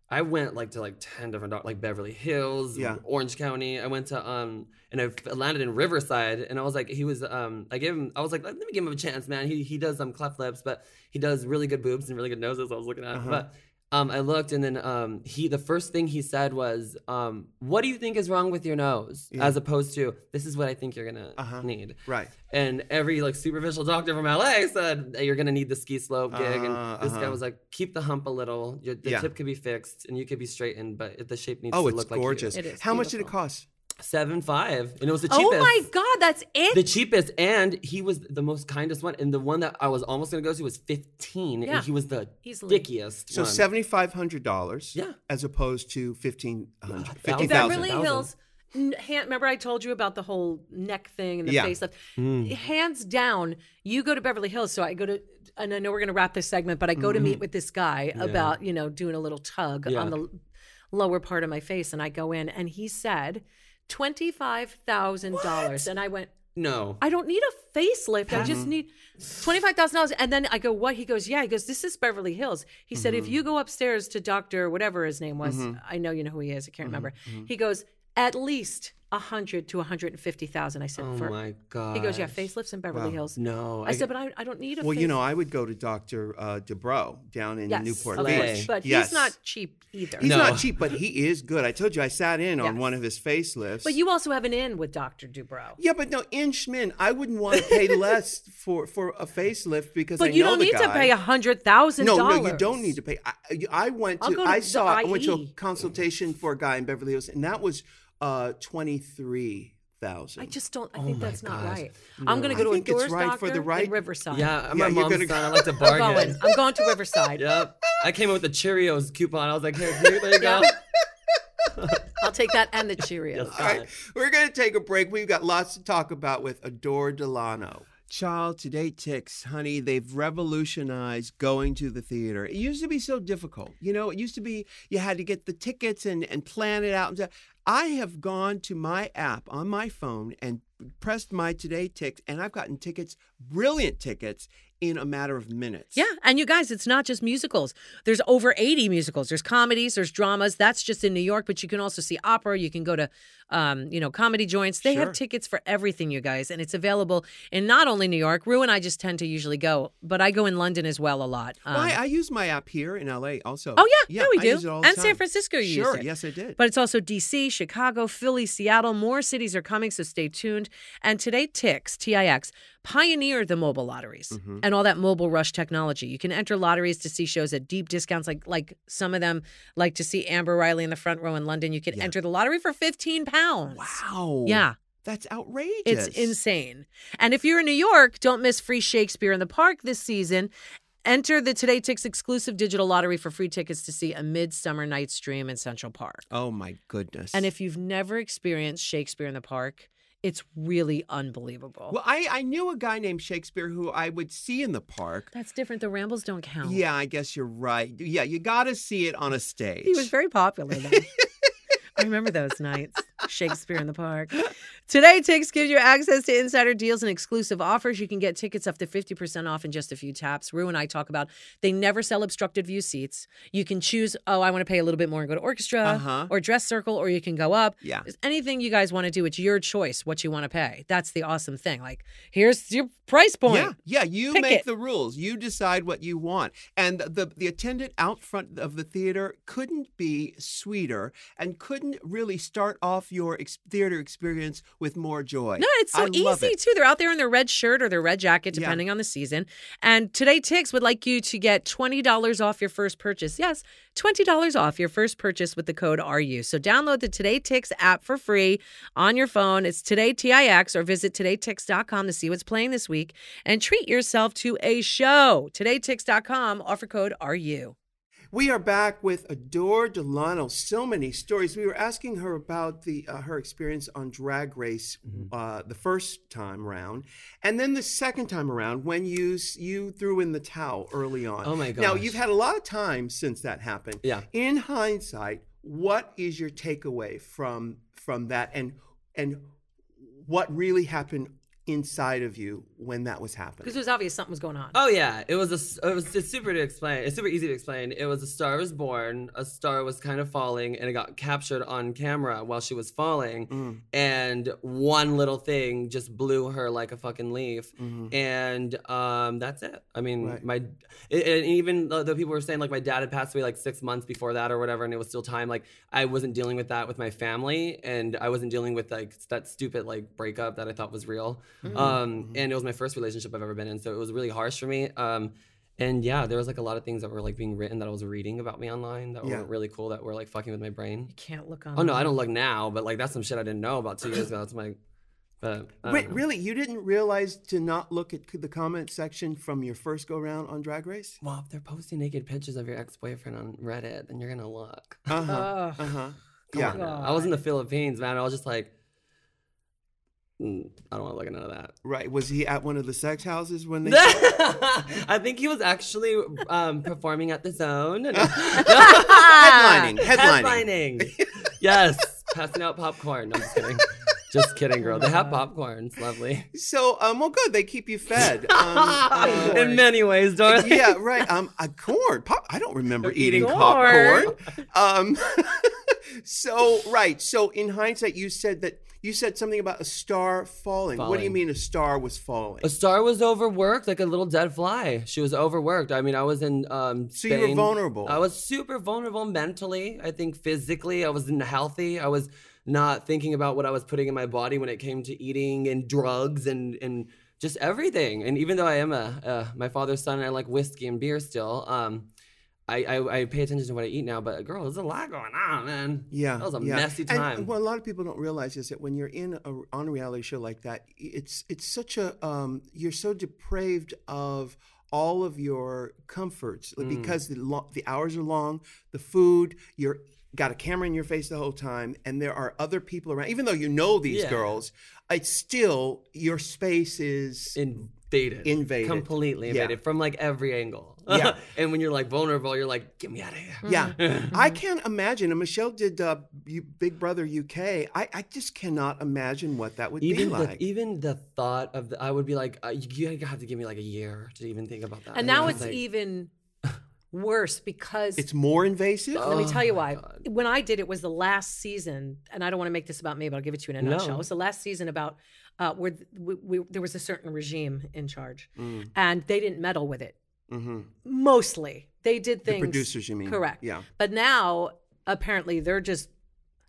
I went like to like ten different doc- like Beverly Hills, Yeah. Orange County. I went to um and I f- landed in Riverside, and I was like, he was um I gave him I was like, let me give him a chance, man. He he does um cleft lips, but he does really good boobs and really good noses. I was looking Uh-huh. at, but um I looked, and then um he the first thing he said was um what do you think is wrong with your nose, as opposed to this is what I think you're gonna Uh-huh. need, Right. and every like superficial doctor from LA said "Hey, you're gonna need the ski slope gig, Uh, and this uh-huh. guy was like, keep the hump a little. Your, the Yeah. tip could be fixed, and you could be straightened, but it- the shape needs Oh, to it's look gorgeous. like you. It is How much did it beautiful. cost? Seven five, and it was the cheapest. oh my God, that's it? The cheapest, and he was the most kindest one, and the one that I was almost gonna go to was fifteen, Yeah. and he was the Easily. dickiest. So one. seventy five hundred dollars. Yeah. As opposed to fifteen hundred. Fifty Is that thousand. Beverly Hills? n- Hand, remember, I told you about the whole neck thing and the Yeah. Hmm. facelift. Hands down, you go to Beverly Hills. So I go to, and I know we're going to wrap this segment, but I go to Mm-hmm. meet with this guy about, you know, doing a little tug Yeah. on the l- lower part of my face. And I go in, and he said $25,000. And I went, No, I don't need a facelift. I Mm-hmm. just need twenty five thousand dollars. And then I go, what? He goes, yeah. He goes, this is Beverly Hills. He said, Mm-hmm. if you go Mm-hmm. upstairs to Doctor whatever his name was, I know you know who he is. I can't remember. He goes, at least a hundred to a hundred and fifty thousand. I said, Oh for my god. he goes, yeah, facelifts in Beverly Wow. Hills. No, I said, but I, I don't need a. Well, you face- know, I would go to Doctor uh, Debro down in yes, Newport of LA. Beach, course, but Yes. he's not cheap either. He's No. not cheap, but he is good. I told you I sat in on Yes. one of his facelifts. But you also have an in with Doctor Dubrow. yeah, but no, Inchman, I wouldn't want to pay less for for a facelift because I But you know don't the need to guy. pay a hundred thousand No, dollars. no, you don't need to pay. I, I went I'll to, go to I the E. saw I went to a IE. consultation for a guy in Beverly Hills, and that was uh twenty three thousand. I just don't. I think my that's not gosh. right. I'm going to Oh go I to a think it's Doris right doctor for the right- in Riverside. yeah, I'm Yeah, my you're mom's gonna- son. I like to I'm bargain. going. I'm going to Riverside. Yep. I came up with a Cheerios coupon. I was like, here, here there you go. I'll take that and the Cheerios. All right, we're going to take a break. We've got lots to talk about with Adore Delano. Child, today ticks, honey. They've revolutionized going to the theater. It used to be so difficult. You know, it used to be you had to get the tickets and, and plan it out. and stuff. I have gone to my app on my phone and pressed my today ticks, and I've gotten tickets, brilliant tickets, in a matter of minutes. Yeah, and you guys, it's not just musicals. There's over 80 musicals. There's comedies, there's dramas. That's just in New York, but you can also see opera. You can go to, um, you know, comedy joints. They Sure. have tickets for everything, you guys, and it's available in not only New York. Rue and I just tend to usually go, but I go in London as well a lot. Um, Well, I, I use my app here in LA also. Oh yeah, no, we I do. use it all the and San time. Francisco, you Sure, used it. yes, I did. But it's also D.C., Chicago, Philly, Seattle. More cities are coming, so stay tuned. And today, Tix T-I-X pioneered the mobile lotteries and all that mobile rush technology. You can enter lotteries to see shows at deep discounts, like like some of them like to see Amber Riley in the front row in London. You can enter the lottery for fifteen pounds. Wow. Yeah. That's outrageous. It's insane. And if you're in New York, don't miss free Shakespeare in the Park this season. Enter the Today Ticks exclusive digital lottery for free tickets to see A Midsummer Night's Dream in Central Park. Oh my goodness. And if you've never experienced Shakespeare in the Park, it's really unbelievable. well, I, I knew a guy named Shakespeare who I would see in the park. That's different. The Rambles don't count. Yeah, I guess you're right. Yeah, you got to see it on a stage. Oh. He was very popular then. I remember those nights. Shakespeare in the Park. Today, Tix gives you access to insider deals and exclusive offers. You can get tickets up to 50% off in just a few taps. Rue and I talk about they never sell obstructed view seats. You can choose, oh, I want to pay a little bit more and go to orchestra Uh-huh. or dress circle, or you can go up. Yeah. Just Anything you guys want to do, it's your choice what you want to pay. That's the awesome thing. Like, here's your price point. Yeah, yeah. You Pick make it. the rules. You decide what you want. And the the attendant out front of the theater couldn't be sweeter and couldn't really start off your ex- theater experience with more joy. No, it's so I love easy it. too. They're out there in their red shirt or their red jacket, Yeah. depending on the season. And today, Tix would like you to get twenty dollars off your first purchase. Yes, twenty dollars off your first purchase with the code RU. So download the Today Tix app for free on your phone. It's Today TIX or visit todaytix.com to see what's playing this week and treat yourself to a show. Todaytix.com offer code RU. We are back with Adore Delano. So many stories. We were asking her about the uh, her experience on Drag Race Mm-hmm. uh, the first time round, and then the second time around when you s- you threw in the towel early on. Oh my Now gosh. you've had a lot of time since that happened. Yeah. In hindsight, what is your takeaway from from that, and and what really happened inside of you when that was happening? Because it was obvious something was going on. Oh yeah, it was a. s- It was it's super to explain. It's super easy to explain. It was a star was born. A star was kind of falling, and it got captured on camera while she was falling. Mm. And one little thing just blew her like a fucking leaf. Mhm. And um, that's it. I mean, Right. my it, and even though though people were saying like my dad had passed away like six months before that or whatever, and it was still time. Like I wasn't dealing with that with my family, and I wasn't dealing with like that stupid like breakup that I thought was real. Mm-hmm. Um, and it was my first relationship I've ever been in, so it was really harsh for me. Um, and yeah, there was like a lot of things that were like being written that I was reading about me online that Yeah. were really cool that were like fucking with my brain. Can't look on. Oh no, I don't look now, but like that's some shit I didn't know about two years ago. That's my. But I don't Wait, know. really? You didn't realize to not look at the comment section from your first go round on Drag Race? Well, if they're posting naked pictures of your ex-boyfriend on Reddit, then you're gonna look. Uh huh. Ugh. Uh huh. Oh. Come Yeah. on now. I was in the Philippines, man. I was just like, "Mm, I don't want to look at none of that. Right. Was he at one of the sex houses when they? I think he was actually um, performing at the Zone. No. headlining. Headlining. Headlining. yes, passing out popcorn. No, I'm just kidding. Just kidding, girl. They have popcorn. It's lovely. So, um, well, good. They keep you fed. Um, uh, In many ways, Dorothy. yeah, right. Um, a corn. Pop. I don't remember eating Eating corn. popcorn. Um, so right. So in hindsight, you said that you said something about a star falling. What do you Falling. mean a star was falling? A star was overworked, like a little dead fly. She was overworked. I mean, I was in um, So you were Spain. vulnerable. I was super vulnerable mentally. I think physically, I wasn't healthy. I was not thinking about what I was putting in my body when it came to eating and drugs and and just everything. And even though I am a uh, my father's son, and I like whiskey and beer still. Um, I, I I pay attention to what I eat now. But girl, there's a lot going on, man. Yeah, that was a yeah. messy And time. what a lot of people don't realize is that when you're in a, on a reality show like that, it's it's such a um, you're so depraved of all of your comforts like, Mm. because the lo- the hours are long, the food you're got a camera in your face the whole time, and there are other people around. Even though you know these Yeah. girls, it's still your space is invaded, Invaded. completely Yeah. invaded from like every angle. Yeah. and when you're like vulnerable, you're like, get me out of here. Yeah, mm-hmm. I can't imagine. And Michelle did uh, U- Big Brother UK. I, I just cannot imagine what that would Even e be the, like. even the thought of the, I would be like, uh, you, you have to give me like a year to even think about that. And now I was it's like, even worse because it's more invasive. let me Oh tell you my why. When I did, it was the last season, and I don't want to make this about me, but I'll give it to you in a No. nutshell. It was the last season about uh, where th- we, we, there was a certain regime in charge, Mm. and they didn't meddle with it. Mm-hmm. Mostly, they did The things. producers, you mean? correct. Yeah. But now, apparently, they're just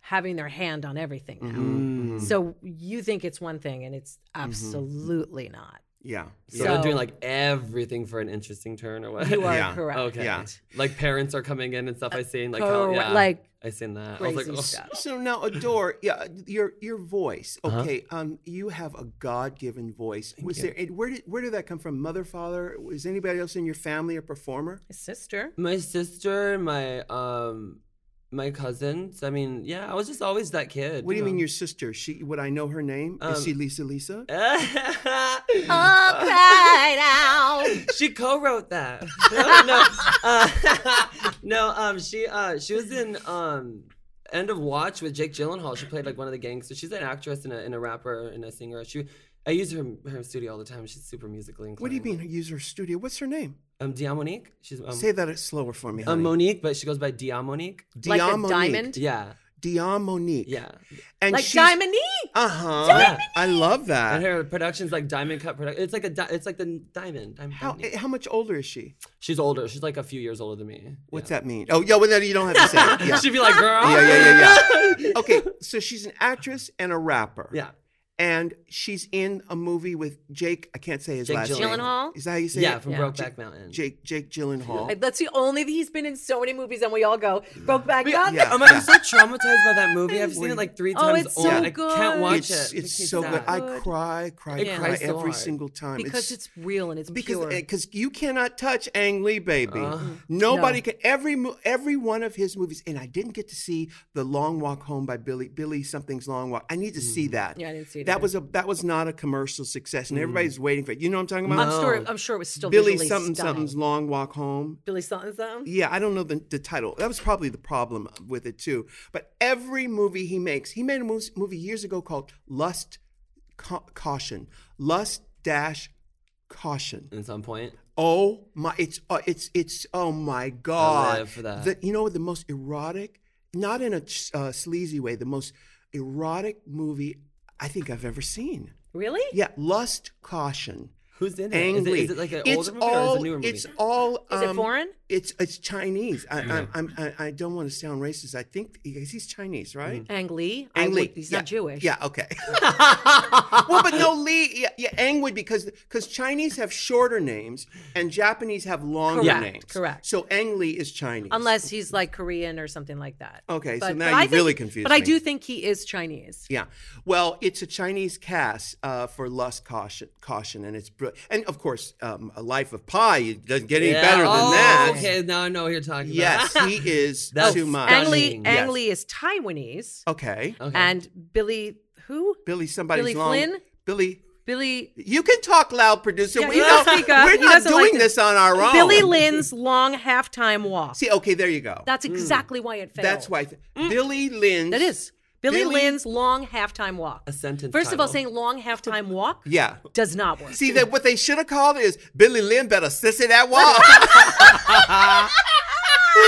having their hand on everything Mm-hmm. now. Mm. So you think it's one thing, and it's Mm-hmm. absolutely not. Yeah. So yeah. they're doing So- like everything for an interesting turn or what? You are Yeah. correct. Uh, okay. Yeah. Like parents are coming in and stuff. I seen like how, Correct. yeah, Like I seen that. I was crazy like, oh. stuff. So now, Adore, yeah, your your voice. Uh-huh. Okay, um, you have a God given voice. was there? and Where did where did that come from? Mother, father? Was anybody else in your family a performer? My sister. My sister, my um, my cousins. I mean, yeah, I was just always that kid. What do you know? mean your sister? She? Would I know her name? Is Um, she Lisa? Lisa? oh, she co-wrote that. No, no, uh, no. Um, she uh, she was in um, End of Watch with Jake Gyllenhaal. She played like one of the gangsters. She's an actress and a, and a rapper and a singer. She, I use her her studio all the time. She's super musically inclined. What do you mean? Use her studio? What's her name? Um, Diamonique. She's um, Say that uh, slower for me. um, honey. Monique, but she goes by Diamonique. Like a Diamonique. diamond? Yeah, Dion Monique. yeah. And Like she's- Diamond Uh-huh. Diamond! I love And that. her production's like Diamond Cut production. It's like a di- it's like the diamond. diamond How eh, Diamonique. how much older is she? She's older. She's like a few years older than me. What's that mean? Oh, yeah, well, then you don't have to say it. Yeah. She'd be like, girl. yeah, yeah, yeah, yeah. okay, so she's an actress and a rapper. Yeah. And she's in a movie with Jake. I can't say his Jake last name. Gyllenhaal? Is that how you say Yeah, it? from Yeah. Brokeback Mountain. Jake Jake Gyllenhaal. Like, That's the only he's been in so many movies, and we all go Brokeback Mountain. yeah. Um, I'm so traumatized by that movie. I've seen it like three Oh, times. it's old. so I can't good. watch it's it. uh, it's so good. I Good. cry, cry, It cry cries so every hard. single time. because it's, real and it's pure. Um, because because you cannot touch Ang Lee, baby. Nobody No. can. Every mo- every one of his movies, and I didn't get to see the Long Walk Home by Billy Billy something's Long Walk. I need to see that. Yeah, I didn't see it That either. was a that was not a commercial success, and everybody's waiting for it. You know what I'm talking about? I'm sure. I'm sure it was still Oh. Billy visually something stunning. something's Long Walk Home. Billy something something. Yeah, I don't know the, the title. That was probably the problem with it too. But every movie he makes, he made a mo- movie years ago called Lust Ca- Caution, Lust Dash Caution. At some point, Oh my! It's uh, it's it's oh my god! live for that. The- you know the most erotic, not in a uh, sleazy way, the most erotic movie I think I've ever seen. Really? Yeah, Lust Caution. who's in it? Is Ang it, Lee. is it like an it's older movie all, or is it a newer movie? It's all. Is it um, foreign? It's it's Chinese. I, I'm, I'm, I I don't want to sound racist. I think because he's Chinese, Mm-hmm. right? Ang Lee. I Ang would- Lee. He's yeah. not Jewish. Yeah, okay. well, but no Lee. Yeah, yeah Ang would because because Chinese have shorter names and Japanese have longer Correct, names. correct. So Ang Lee is Chinese. Unless he's like Korean or something like that. Okay, so But- now but you I think- really confused But I me. do think he is Chinese. Yeah. Well, it's a Chinese cast uh, for Lust Caution, caution and it's br- and of course um, a Life of Pie. It doesn't get any Yeah. better than oh, that. Okay, now I know what you're talking Yes, about. he is That's too much. Ang Lee. Stunning. Ang Yes. Lee is Taiwanese, Okay. okay. and Billy who? Billy, somebody's Billy long. Flynn? Billy, Billy. you can talk loud, producer. Yeah, we you don't, speak up. We're He not doesn't like doing to- this on our own. Billy Lynn's long halftime walk. See, okay, there you go. That's exactly why it failed. That's why Billy Lynn's. Mm. That is. Billy, Billy- Lynn's long halftime walk. A sentence First of all, title. saying long halftime walk Yeah. does not work. See that what they should have called is Billy Lynn better sissy that wall. I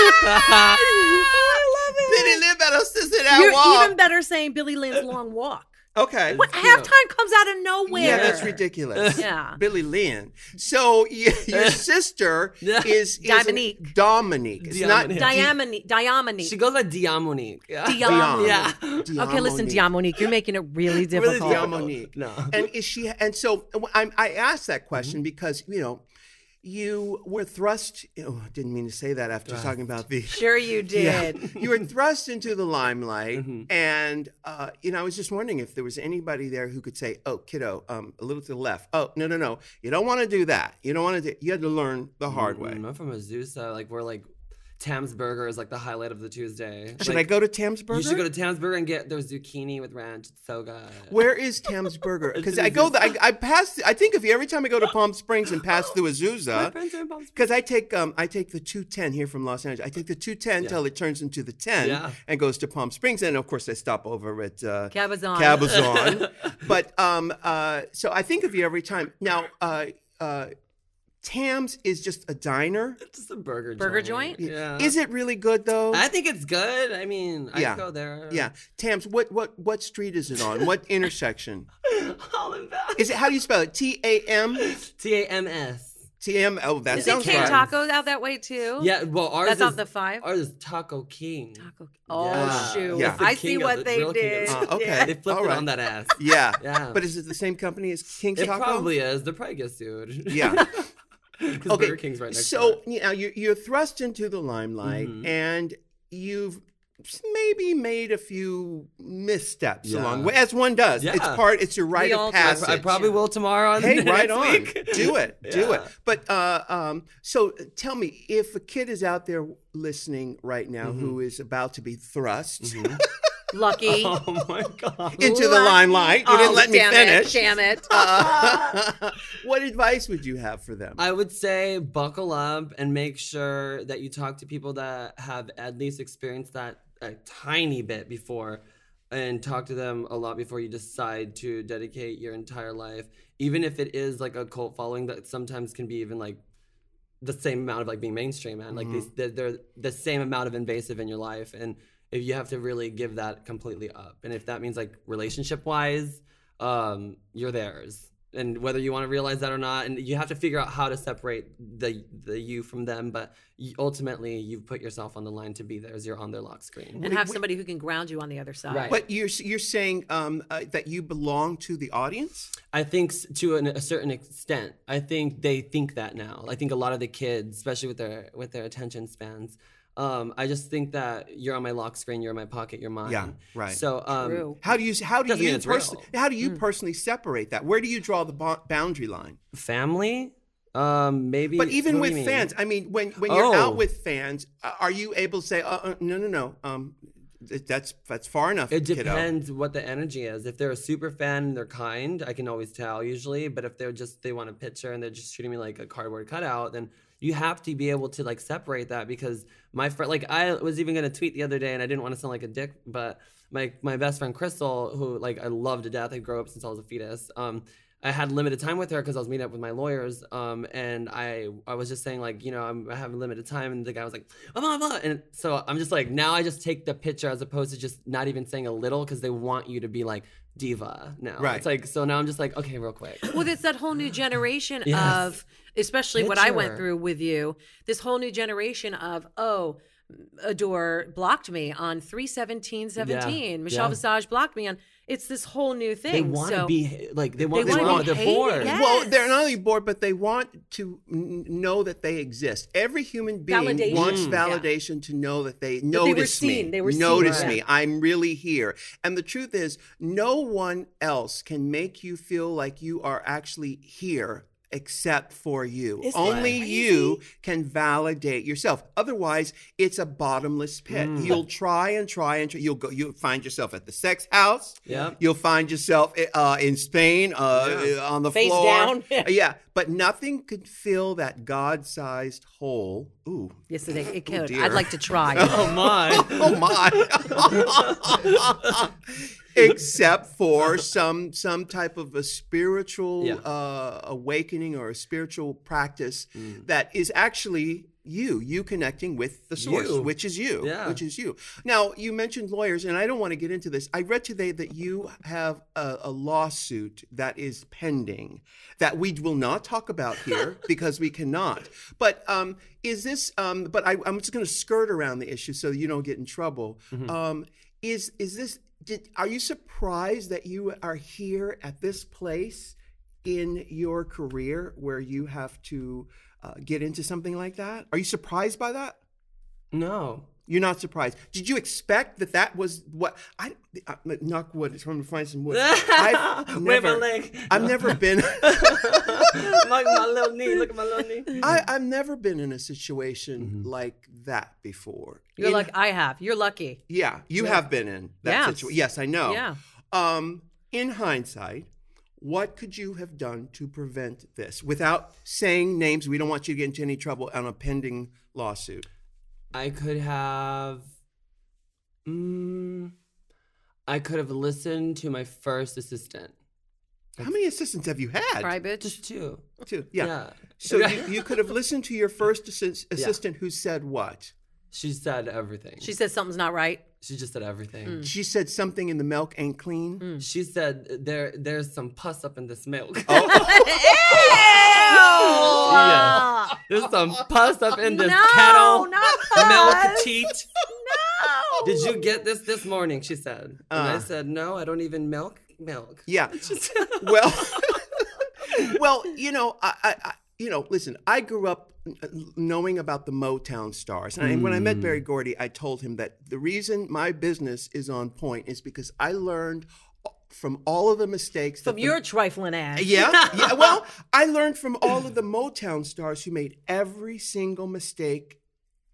love sitting there better sit out You're walk. even better saying Billy Lynn's long walk. okay. What Yeah. halftime comes out of nowhere. Yeah, that's ridiculous. Yeah. Billy Lynn. So y- your sister Yeah. is, is an- Dominique. Dominique. It's Dominique. not Diamone, Diamone. She goes by Diamonique. Yeah. Diam- Yeah. Okay, listen, Diamonique, you're making it really Really difficult. Diamonique. No. And is she? And so I, I asked that question because you know, you were thrust. Oh, I didn't mean to say that after talking about the. Sure, you did. you were thrust into the limelight, Mm-hmm. and uh, you know, I was just wondering if there was anybody there who could say, "Oh, kiddo, um, a little to the left." Oh, no, no, no, you don't want to do that. You don't want to. Do, you had to learn the hard way. Mm, I'm from Azusa. Like we're like Tam's Burger is like the highlight of the Tuesday. Should I Like, go to Tam's Burger? You should go to Tam's Burger and get their zucchini with ranch. It's so good. Where is Tam's Burger? Because I in go, th- I, I pass. I think of you every time I go to Palm Springs and pass through My Azusa. friends are in Palm Springs. Because I take um, I take the 210 here from Los Angeles. I take the 210 till it turns into the 10 Yeah. and goes to Palm Springs, and of course I stop over at uh, Cabazon. Cabazon. but um, uh, so I think of you every time. Now, uh, uh, Tam's is just a diner. It's just a burger Burger joint. joint? Yeah. Is it really good though? I think it's good. I mean, Yeah. I go there. yeah, Tam's. What what what street is it on? What intersection? All in back. Is it how do you spell it? T A M T A M S. T M. Oh, that Is it sounds King right. Tacos out that way too? Yeah. Well, ours Oh. That's is off the five? Ours is Taco King. Taco- Oh, Yeah. shoot. Yeah. I It's the see king of what the- they real king of did. the- Uh, okay. Yeah. They flipped All it right. on that ass. Yeah. Yeah. But is it the same company as King's It Taco? probably is. They're probably get sued. Yeah. Because Okay, Burger King's right next. Mm-hmm. so to you know you're, you're thrust into the limelight and you've maybe made a few missteps along the Yeah. way as one does it's Yeah. part it's your rite all of do. I- I passage it. I probably will tomorrow. On hey right next on week. do it do it Yeah. but uh, um, so tell me if a kid is out there listening right now who Mm-hmm. is about to be thrust Lucky. Oh my god. into the limelight you didn't Oh, let me damn finish Oh. It, damn it. Uh, what advice would you have for them I would say buckle up and make sure that you talk to people that have at least experienced that a tiny bit before and talk to them a lot before you decide to dedicate your entire life even if it is like a cult following that sometimes can be even like the same amount of like being mainstream and like these they're, they're the same amount of invasive in your life and if you have to really give that completely up and if that means like relationship wise um you're theirs and whether you want to realize that or not and you have to figure out how to separate the the you from them but you, ultimately you've put yourself on the line to be theirs you're on their lock screen and have somebody who can ground you on the other side. Right. but you're you're saying um, uh, that you belong to the audience I think s- to an, a certain extent, I think they think that now. I think a lot of the kids, especially with their with their attention spans, um, I just think that you're on my lock screen, you're in my pocket, you're mine. Yeah, right. So um, True. How do you how do Doesn't mean you it's real. Hmm. personally how do you personally separate that? Where do you draw the bo- boundary line? family, um, maybe. But even what with do you mean? fans, I mean, when when you're out Oh. with fans, uh, are you able to say, uh, uh, no, no, no, um, th- that's that's far enough, It kiddo. depends what the energy is. If they're a super fan and they're kind, I can always tell usually. But if they're just they want a picture and they're just shooting me like a cardboard cutout, then you have to be able to like separate that because my friend like I was even gonna tweet the other day and I didn't want to sound like a dick, but my my best friend Crystal, who like I love to death, I grew up since I was a fetus. Um I had limited time with her because I was meeting up with my lawyers, um, and I I was just saying like you know I'm I have limited time, and the guy was like blah blah blah, and so I'm just like now I just take the picture as opposed to just not even saying a little because they want you to be like diva now. Right. It's like so now I'm just like okay, real quick. Well, it's that whole new generation Yes. of, especially what I went Picture. through with you, this whole new generation of, oh, Adore blocked me on 31717. Yeah, Michelle yeah. Visage blocked me on. It's this whole new thing. They want to so, be like they want They they wanna want be they're hated, bored. yeah. Well, they're Yes. not only bored, but they want to n- know that they exist. Every human being Validation. wants Mm. validation to know that they they were notice me. seen. They were seen. notice Right. me. I'm really here. And the truth is, no one else can make you feel like you are actually here except for you. Isn't that only you can validate yourself. Otherwise, it's a bottomless pit. Mm. You'll try and try and try. You'll go. You'll find yourself at the sex house. Yep. You'll find yourself uh, in Spain uh, on the Face floor. Uh, down. yeah, but nothing could fill that God-sized hole. Ooh. Yesterday, it could. Oh, dear. I'd like to try. Oh my. Oh my. Except for some some type of a spiritual Yeah. Mm. uh, awakening or a spiritual practice that is actually you, you connecting with the source, You. which is you, Yeah. which is you. Now, you mentioned lawyers, and I don't want to get into this. I read today that you have a, a lawsuit that is pending that we will not talk about here because we cannot. But um, is this? Um, but I, I'm just going to skirt around the issue so you don't get in trouble. Um, is is this? Did, are you surprised that you are here at this place? in your career where you have to uh, get into something like that? Are you surprised by that? No. You're not surprised. Did you expect that that was what I uh, knock wood? It's going to find some wood. I've Wait, my never, leg. I've never been. Look at my little knee. Look at my little knee. I, I've never been in a situation like that before. You're In- like, I have. You're lucky. yeah, you have been in that Yes. situation. Yes, I know. Yeah. Um, in hindsight, what could you have done to prevent this without saying names? We don't want you to get into any trouble on a pending lawsuit. I could have. Mm, I could have listened to my first assistant. How many assistants have you had? Cry, bitch. Just two. Two. Yeah. Yeah. So you, you could have listened to your first assis- assistant who said what? She said everything. She She, says something's not right. she just said everything. Mm. She said something in the milk ain't clean. She said there there's some pus up in this milk. oh, Yeah. There's some pus up in this No, kettle. not milk pus. teat. No. Did you get this this morning? She said. and I Uh. said, no, I don't even milk milk. Yeah. well, well, you know, I, I, I, you know, listen, I grew up n- knowing about the Motown stars, and I, when I Mm. met Barry Gordy, I told him that the reason my business is on point is because I learned from all of the mistakes that From the your trifling ass. Yeah, yeah. Well, I learned from all of the Motown stars who made every single mistake,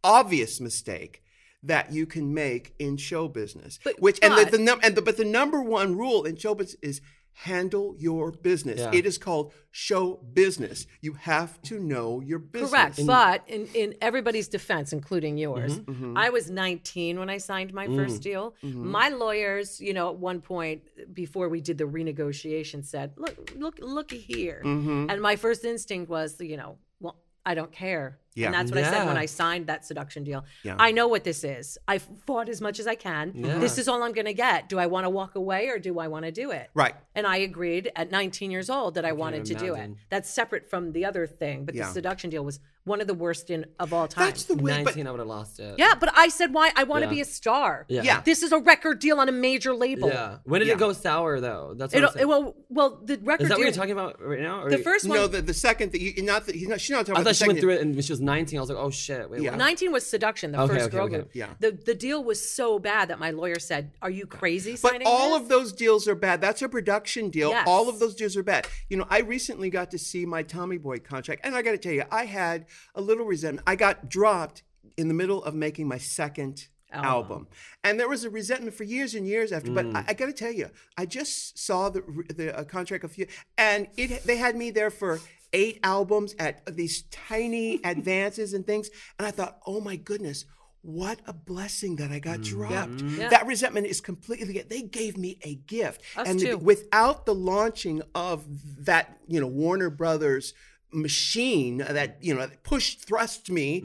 obvious mistake that you can make in show business. But- Which and but- the, the num- and the, but the number one rule in show business is handle your business. Yeah. It is called show business. You have to know your business. Correct. But in, in everybody's defense, including yours, I was 19 when I signed my first deal. My lawyers, you know, at one point before we did the renegotiation said, look, look, look here. And my first instinct was, you know, well, I don't care. Yeah. And that's what I said Yeah. when I signed that seduction deal. Yeah. I know what this is. I fought as much as I can. This is all I'm going to get. Do I want to walk away or do I want to do it? Right. And I agreed at 19 years old that I, wanted to do it. imagine. That's separate from the other thing, but Yeah. the seduction deal was one of the worst in of all time. That's the way. But 19, I would have lost it. yeah, but I said why I want to Yeah. be a star. Yeah. Yeah. This is a record deal on a major label. Yeah. When did Yeah. it go sour though? That's what It, I'm saying. it, well, well, the record Is that deal. what you're talking about right now? Or the you- first one, no, the, the second that you not that he's not she's not talking I about the thought she went second- through it and when she was 19. I was like, oh shit. Wait, Yeah. what? 19 was seduction, the Okay, first okay, girl okay. group. Yeah. The the deal was so bad that my lawyer said, "Are you crazy But signing all this?" of those deals are bad. That's a production deal. Yes. All of those deals are bad. You know, I recently got to see my Tommy Boy contract, and I got to tell you, I had a little resentment. I got dropped in the middle of making my second Oh. album, and there was a resentment for years and years after. But Mm. I, I got to tell you, I just saw the the uh, contract a few, and it they had me there for. Eight albums at these tiny advances and things. And I thought, oh my goodness, what a blessing that I Mm. got dropped. That resentment is completely. They gave me a gift, and the- too. without the launching of that, you know, Warner Brothers machine that you know pushed thrust me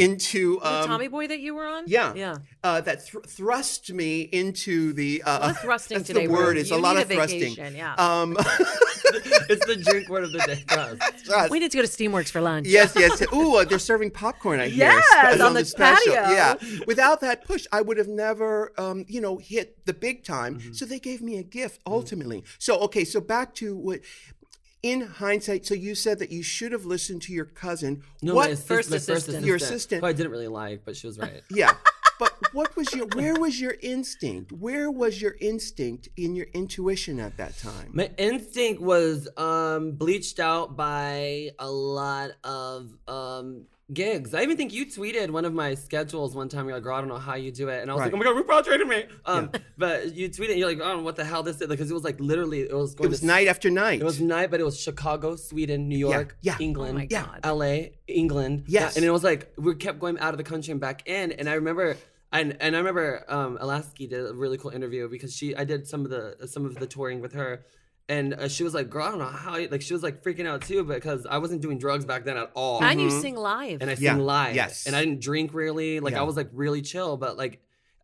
into the um, Tommy Boy that you were on. yeah yeah. uh, that thr thrust me into the uh, lot of thrusting that's today, the word Rose. is You a lot need of a thrusting vacation, yeah. um, it's the drink word of the day. Gross. thrust. We need to go to Steamworks for lunch. Yes, yes. Ooh, uh, they're serving popcorn. I hear. Yes, That's on the patio. Yeah. Without that push, I would have never, um, you know, hit the big time. Mm-hmm. So they gave me a gift ultimately. So okay, so back to what. In hindsight, so you said that you should have listened to your cousin. No, what my assist- First my assistant. Your assistant. Who I didn't really like, but she was right. Yeah. But what was your where was your instinct? Where was your instinct in your intuition at that time? My instinct was um, bleached out by a lot of um, gigs. I even think you tweeted one of my schedules one time. You're like, girl, I don't know how you do it. And I was Right. like, oh my God, RuPaul traded me. Um, But you tweeted, you're like, oh, what the hell this is? Because it was like literally, it was going It was to night after night. It was night, but it was Chicago, Sweden, New York, yeah. England, Oh my Yeah. God. L.A., England. Yes. and it was like we kept going out of the country and back in. And I remember, and and I remember, um, Alaski did a really cool interview because she, I did some of the some of the touring with her, And uh, she was like, "Girl, I don't know how." You, like she was like freaking out too because I wasn't doing drugs back then at all. Mm-hmm. And you sing live. and I sing Yeah, live. yes. And I didn't drink really. Like Yeah. I was like really chill, but like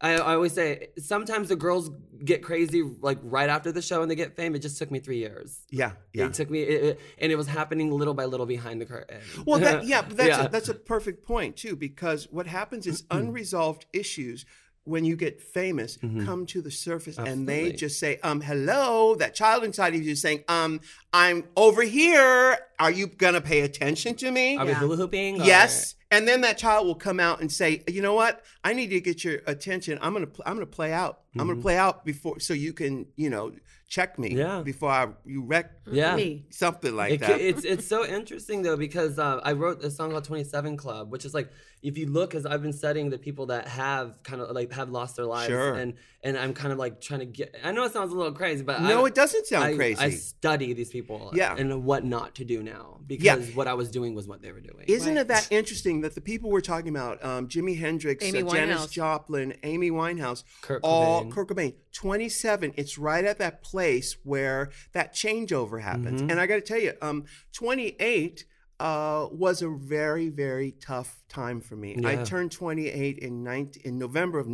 I, I always say, sometimes the girls get crazy like right after the show and they get fame. It just took me three years. Yeah, yeah. It took me, it, it, and it was happening little by little behind the curtain. Well, that, yeah, but that's, Yeah. Mm-hmm. A, that's a perfect point too, because what happens is unresolved issues when you get famous come to the surface, and they Mm-hmm. Absolutely. just say, "Um, hello." That child inside of you is saying, "Um, I'm over here. Are you gonna pay attention to me?" Are we hula hooping? or- Yes. And then that child will come out and say, "You know what? I need to get your attention. I'm gonna pl- I'm gonna play out. I'm gonna play out before so you can you know check me Mm-hmm. Yeah. before I you wreck Yeah. Me. something like It ca- that." it's it's so interesting though because uh, I wrote a song called Twenty Seven Club, which is like if you look, because I've been studying the people that have kind of like have lost their lives, Sure. and and I'm kind of like trying to get. I know it sounds a little crazy, but no, I, it doesn't sound I, crazy. I study these people, Yeah. and what not to do now because what I was doing was what they were doing. Isn't it that interesting that the people we're talking about, um, Jimi Hendrix, Amy uh, Janis Winehouse. Joplin, Amy Winehouse, Kurt all Cobain. Kurt Cobain, 27, it's right at that place where that changeover happens. Mm-hmm. And I got to tell you, um, 28 uh, was a very, very tough time for me. I Yeah. turned 28 in, 19, in November of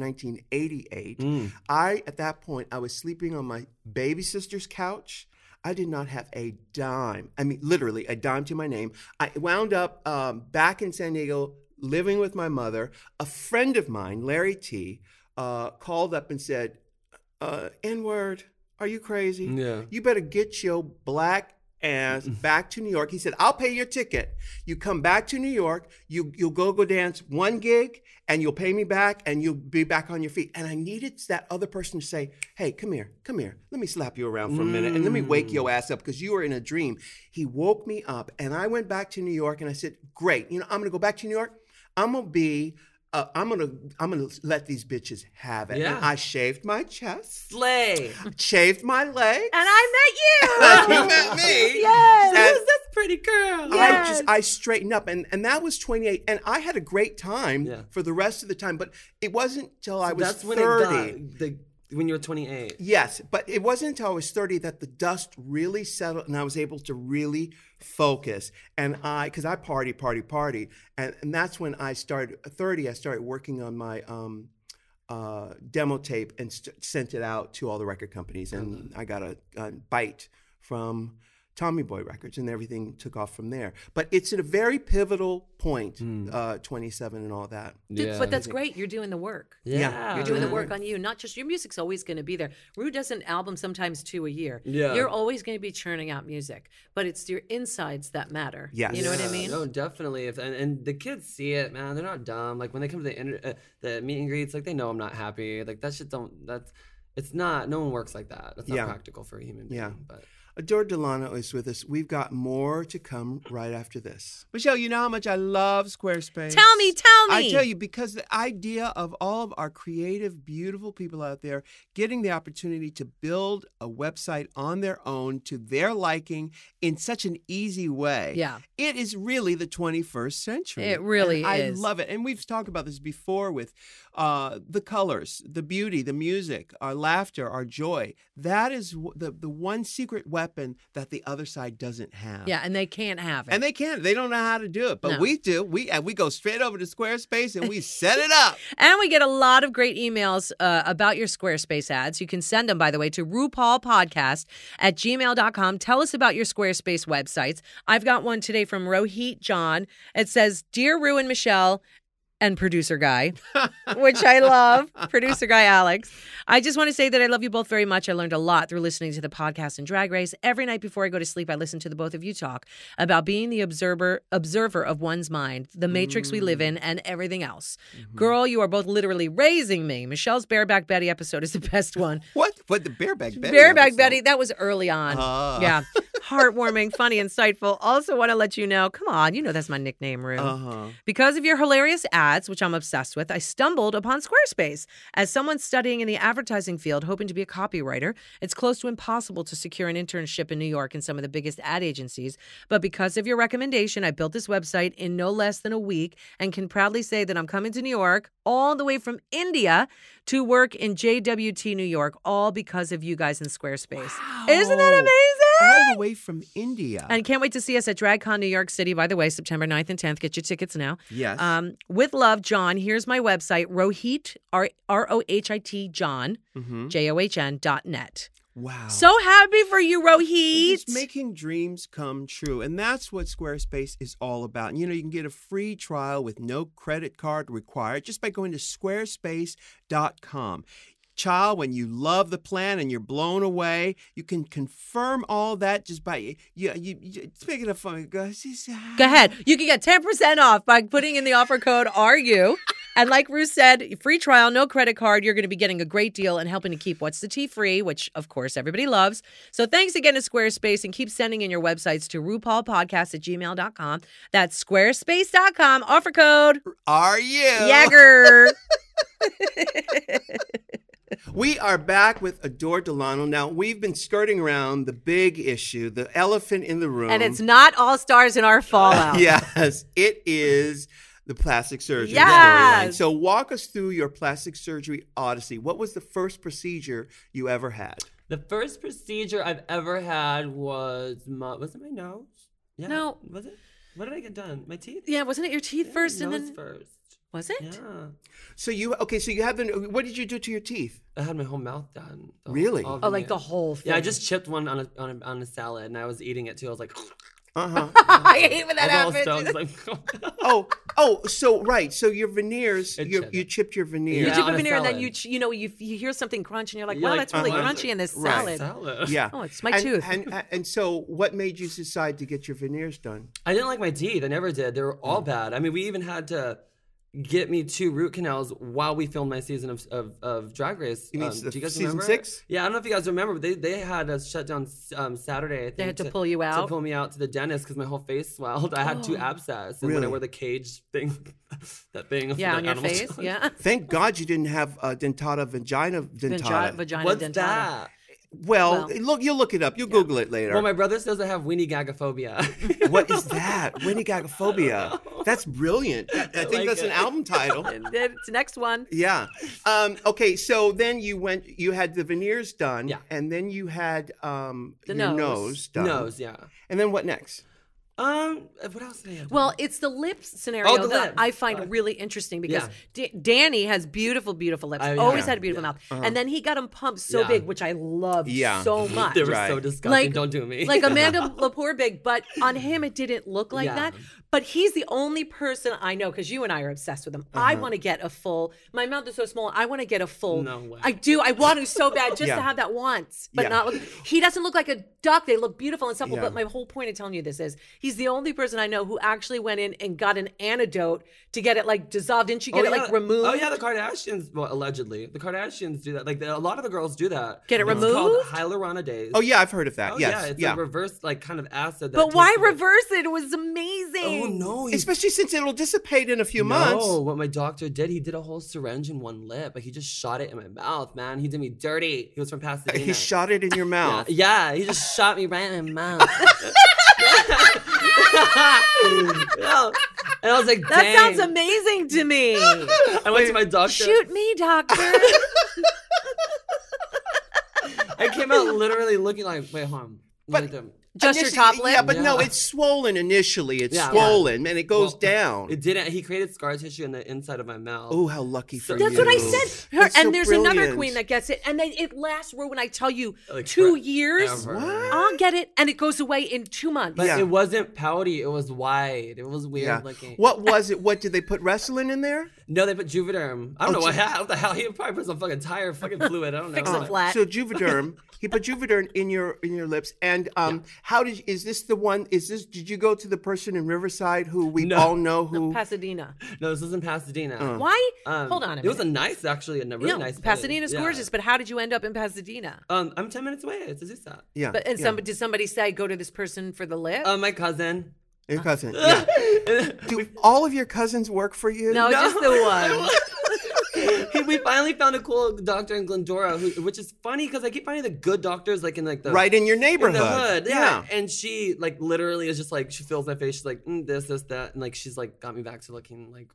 1988. Mm. I, at that point, I was sleeping on my baby sister's couch. I did not have a dime. I mean, literally a dime to my name. I wound up um, back in San Diego living with my mother. A friend of mine, Larry T, uh, called up and said, uh, N word, are you crazy? Yeah. You better get your black ass back to New York. He said, I'll pay your ticket. You come back to New York, you you'll go go dance one gig and you'll pay me back and you'll be back on your feet. And I needed that other person to say, Hey, come here, come here. Let me slap you around for a minute and let me wake Mm. your ass up because you were in a dream. He woke me up and I went back to New York and I said, Great, you know, I'm gonna go back to New York. I'm gonna be uh, I'm gonna I'm gonna let these bitches have it. Yeah. And I shaved my chest, Slay. shaved my legs. And I Like, met you. you met me. yes. And That's pretty girl. I just I straightened up and, and that was 28 and I had a great time Yeah. for the rest of the time but it wasn't till I was That's when 30 it got the when you were 28. yes but it wasn't until I was 30 that the dust really settled and I was able to really focus and I cuz I party party party and, and that's when I started at 30 I started working on my um uh, demo tape and st- sent it out to all the record companies. And I got a, a bite from Tommy Boy Records, and everything took off from there. But it's at a very pivotal point, uh, 27 and all that. Dude, But that's great. You're doing the work. Yeah, You're doing the work on you, not just your music's always going to be there. Rue does an album sometimes two a year. Yeah. You're always going to be churning out music, but it's your insides that matter. Yes. You know what Yeah, I mean? No, definitely. If and, and the kids see it, man, they're not dumb. Like when they come to the inter- uh, the meet and greets, like they know I'm not happy. Like that shit don't. That's it's not. No one works like that. That's not Yeah. practical for a human being. Yeah. But Adore Delano is with us. We've got more to come right after this. Michelle, you know how much I love Squarespace. Tell me, tell me. I tell you, because the idea of all of our creative, beautiful people out there getting the opportunity to build a website on their own to their liking in such an easy way. Yeah. It is really the 21st century. It really And is. I love it. And we've talked about this before with uh, the colors, the beauty, the music, our laughter, our joy. That is w- the, the one secret weapon that the other side doesn't have. Yeah, and they can't have it. And they can't. They don't know how to do it, but No. we do. We and we go straight over to Squarespace and we set it up. And we get a lot of great emails uh, about your Squarespace ads. You can send them, by the way, to RuPaulPodcast at gmail.com. Tell us about your Squarespace websites. I've got one today from Rohit John. It says, Dear Ru and Michelle, and producer guy, which I love. Producer guy Alex. I just want to say that I love you both very much. I learned a lot through listening to the podcast and Drag Race. Every night before I go to sleep, I listen to the both of you talk about being the observer observer of one's mind, the matrix we live Mm. in, and everything else. Mm-hmm. Girl, you are both literally raising me. Michelle's bareback Betty episode is the best one. What? What the bareback Betty? Bareback episode? Betty, that was early on. Ah. Yeah. heartwarming, funny, insightful. Also, want to let you know come on, you know that's my nickname, Rue. Uh-huh. Because of your hilarious ads, which I'm obsessed with, I stumbled upon Squarespace. As someone studying in the advertising field, hoping to be a copywriter, it's close to impossible to secure an internship in New York in some of the biggest ad agencies. But because of your recommendation, I built this website in no less than a week and can proudly say that I'm coming to New York all the way from India to work in JWT New York, all because of you guys in Squarespace. Isn't that Wow. amazing? All the way from India. And can't wait to see us at DragCon New York City, by the way, September 9th and 10th. Get your tickets now. yes. Um, with love, John. Here's my website, Rohit, R R O H I T, John, Mhm. J O H N dot net. Wow. So happy for you, Rohit. It's making dreams come true. And that's what Squarespace is all about. And you know, you can get a free trial with no credit card required just by going to squarespace.com. Child, when you love the plan and you're blown away, you can confirm all that just by you. you, you speaking of fun, guys, Go ahead. You can get 10% off by putting in the offer code RU. And like Ruth said, free trial, no credit card. You're going to be getting a great deal and helping to keep What's the Tea free, which of course everybody loves. So thanks again to Squarespace and keep sending in your websites to RuPaulPodcast at gmail.com. That's squarespace.com. Offer code Are you? Yagger. We are back with Adore Delano. Now, we've been skirting around the big issue, the elephant in the room. And it's not all stars in our fallout. Yes, it is the plastic surgery storyline. Yes. So walk us through your plastic surgery odyssey. What was the first procedure you ever had? The first procedure I've ever had was my was it my nose? Yeah. No. Was it? What did I get done? My teeth? Yeah, wasn't it your teeth Yeah, first and nose then first. was it? Yeah. So you okay? So you have the. What did you do to your teeth? I had my whole mouth done. The whole- Really? all of Oh, it, like yeah. the whole thing. Yeah, I just chipped one on a, on a on a salad and I was eating it too. I was like, Uh huh. I hate when that I was happens. all stoned, like, oh, oh. So right. So your veneers. It Your, chipped. you chipped your veneer. You Yeah, chip on a a veneer and then salad. you ch- you know you, you hear something crunch and you're like, You're wow, like, that's really uh-huh. crunchy in this Right. salad. salad. Yeah. Oh, it's my and, tooth. And, and so, what made you decide to get your veneers done? I didn't like my teeth. I never did. They were all Mm. bad. I mean, we even had to get me two root canals while we filmed my season of of, of Drag Race. You mean Um, the do you guys season remember? six? Yeah, I don't know if you guys remember, but they, they had us shut down um, Saturday. I think, had to pull you To out? pull me out to the dentist because my whole face swelled. I had two abscess. And when Really? I wore the cage thing, that thing. of Yeah, the on your animal face. stomach. Yeah. Thank God you didn't have uh, dentata vagina dentata. Vagina, vagina What's dentata. that? well, Well. look, you'll look it up. You'll Google it later. Well, my brother says I have Weenie Gagaphobia. What is that? Winnie Gagaphobia. That's brilliant. I I think like that's an it. album title. Then it's the next one. Yeah. Um, okay. So then you went. You had the veneers done. Yeah. And then you had um, The your nose. nose. done. Nose, yeah. And then what next? Um, what else did I have? Well, it's the lips scenario Oh, the that lips. I find Uh, really interesting because yeah. D- Danny has beautiful, beautiful lips. Oh, yeah. Always Yeah. had a beautiful Yeah. Uh-huh. mouth, and then he got them pumped so Yeah. big, which I love Yeah. so much. they were Right. so disgusting. Like- Don't do me. like Amanda Lepore big, but on him it didn't look like Yeah. that. But he's the only person I know because you and I are obsessed with him. I want to get a full. My mouth is so small. I want to get a full. Uh-huh. No way. I do. I want to so bad just Yeah. to have that once, but Yeah. not. Look, he doesn't look like a duck. They look beautiful and supple. Yeah. But my whole point of telling you this is he's the only person I know who actually went in and got an antidote to get it like dissolved. Didn't you get it like removed? Oh yeah, the Kardashians. Well, allegedly, the Kardashians do that. Like the, a lot of the girls do that. Get it It's called removed? Hyaluronidase. Oh yeah, I've heard of that. Oh, yes. yeah. It's a reverse like kind of acid. That But why tastes like- reverse it? It was amazing. Oh no. you- Especially since it'll dissipate in a few No, months. what my doctor did, he did a whole syringe in one lip, but he just shot it in my mouth, man. He did me dirty. He was from Pasadena. He shot it in your mouth. Yeah, he just shot me right in my mouth. No. And I was like, That sounds "Dang." amazing to me. I went to my doctor. Shoot me, doctor. I came out literally looking like, wait, harm. But- Just your Initially- top lip? Yeah, but no, Yeah. it's swollen initially. It's Yeah. swollen and it goes Well, down. It didn't. He created scar tissue in the inside of my mouth. oh, how lucky for That's you. what I said. Her, and That's so there's another brilliant. queen that gets it, and then it lasts. Ro, when I tell you, Like two forever. years, I'll get it, and it goes away in two months. But Yeah. it wasn't pouty. It was wide. It was weird Yeah. looking. What was it? What did they put wrestling in there? No, they put Juvederm. oh, I don't know what, ha- what the hell. He probably put some fucking tire fucking fluid. I don't know. Fix it Uh, flat. So Juvederm, he put Juvederm in your in your lips, and um, How did is this the one? Is this did you go to the person in Riverside who we No. all know who? Pasadena. No, this is in Pasadena. Uh-huh. Why? Um, Hold on a minute. It was a nice, actually, a really no, nice. place. Pasadena's Yeah. gorgeous, but how did you end up in Pasadena? Um, I'm ten minutes away. It's a Zusa. yeah, But and yeah. somebody did somebody say go to this person for the lip? Uh, my cousin. your cousin. yeah. Do all of your cousins work for you? no, just the one. Hey, we finally found a cool doctor in Glendora, who, which is funny because I keep finding the good doctors like in like the right in your in neighborhood. the hood. Yeah. and she like literally is just like she feels my face. She's like mm, this, this, that, and like she's like got me back to looking like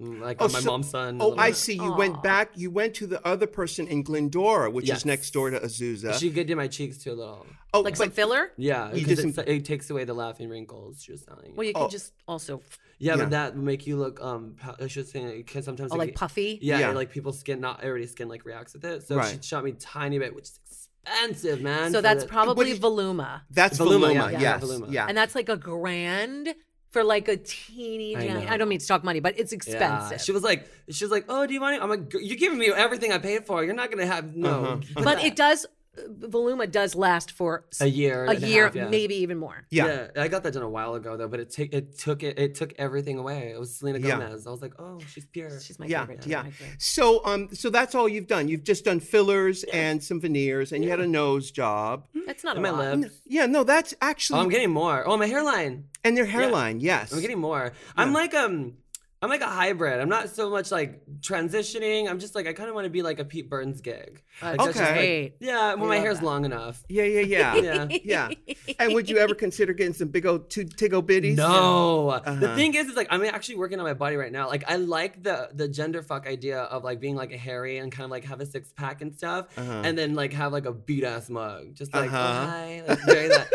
mm, like Oh, my so- mom's son. a Oh, little I bit. see. You went back. You went to the other person in Glendora, which Yes. is next door to Azusa. She did my cheeks too a little. oh, Like but- some filler? Yeah, You because did some- it's- it takes away the laughing wrinkles. She was telling. Well, you. you can Oh. just also yeah, yeah. but that would make you look um. pa- I should say because sometimes oh, it like get- puffy. Yeah, Yeah. and, like people's skin, not already skin, like reacts with it. So Right. she shot me tiny bit, which is expensive, man. So for that's the- probably did- Voluma. that's Voluma. Voluma, yeah, yeah, yes, Voluma. yeah. And that's like a grand for like a teeny I tiny. know. I don't mean to talk money, but it's expensive. Yeah. She was like, she was like, oh, do you want it? I'm like, "Girl, you're giving me everything I paid for. You're not gonna have no. Uh-huh. Give but that." it does uh, Voluma does last for s- a year, a and year, half, yeah. maybe even more. Yeah. I got that done a while ago though, but it took it took it it took everything away. It was Selena Yeah. Gomez. I was like, oh, she's pure. She's my yeah, favorite. yeah. my favorite. So, um, so that's all you've done. You've just done fillers and some veneers, and you had a nose job. That's not a And my lot. lips. Yeah, no, that's Oh, actually I'm getting more. Oh, my hairline. and their hairline. Yes, I'm getting more. I'm like um I'm like a hybrid. I'm not so much like transitioning. I'm just like I kind of want to be like a Pete Burns gig. Like, that's just, like- Okay. yeah, when my love hair's that. long enough. yeah, yeah, yeah, Yeah. yeah. And would you ever consider getting some big old two tiggle bitties? No. Uh-huh. The thing is, is like I'm actually working on my body right now. Like I like the the gender fuck idea of like being like a hairy and kind of like have a six pack and stuff, Uh-huh. and then like have like a beat ass mug, just like Uh-huh. oh, hi, like, very that.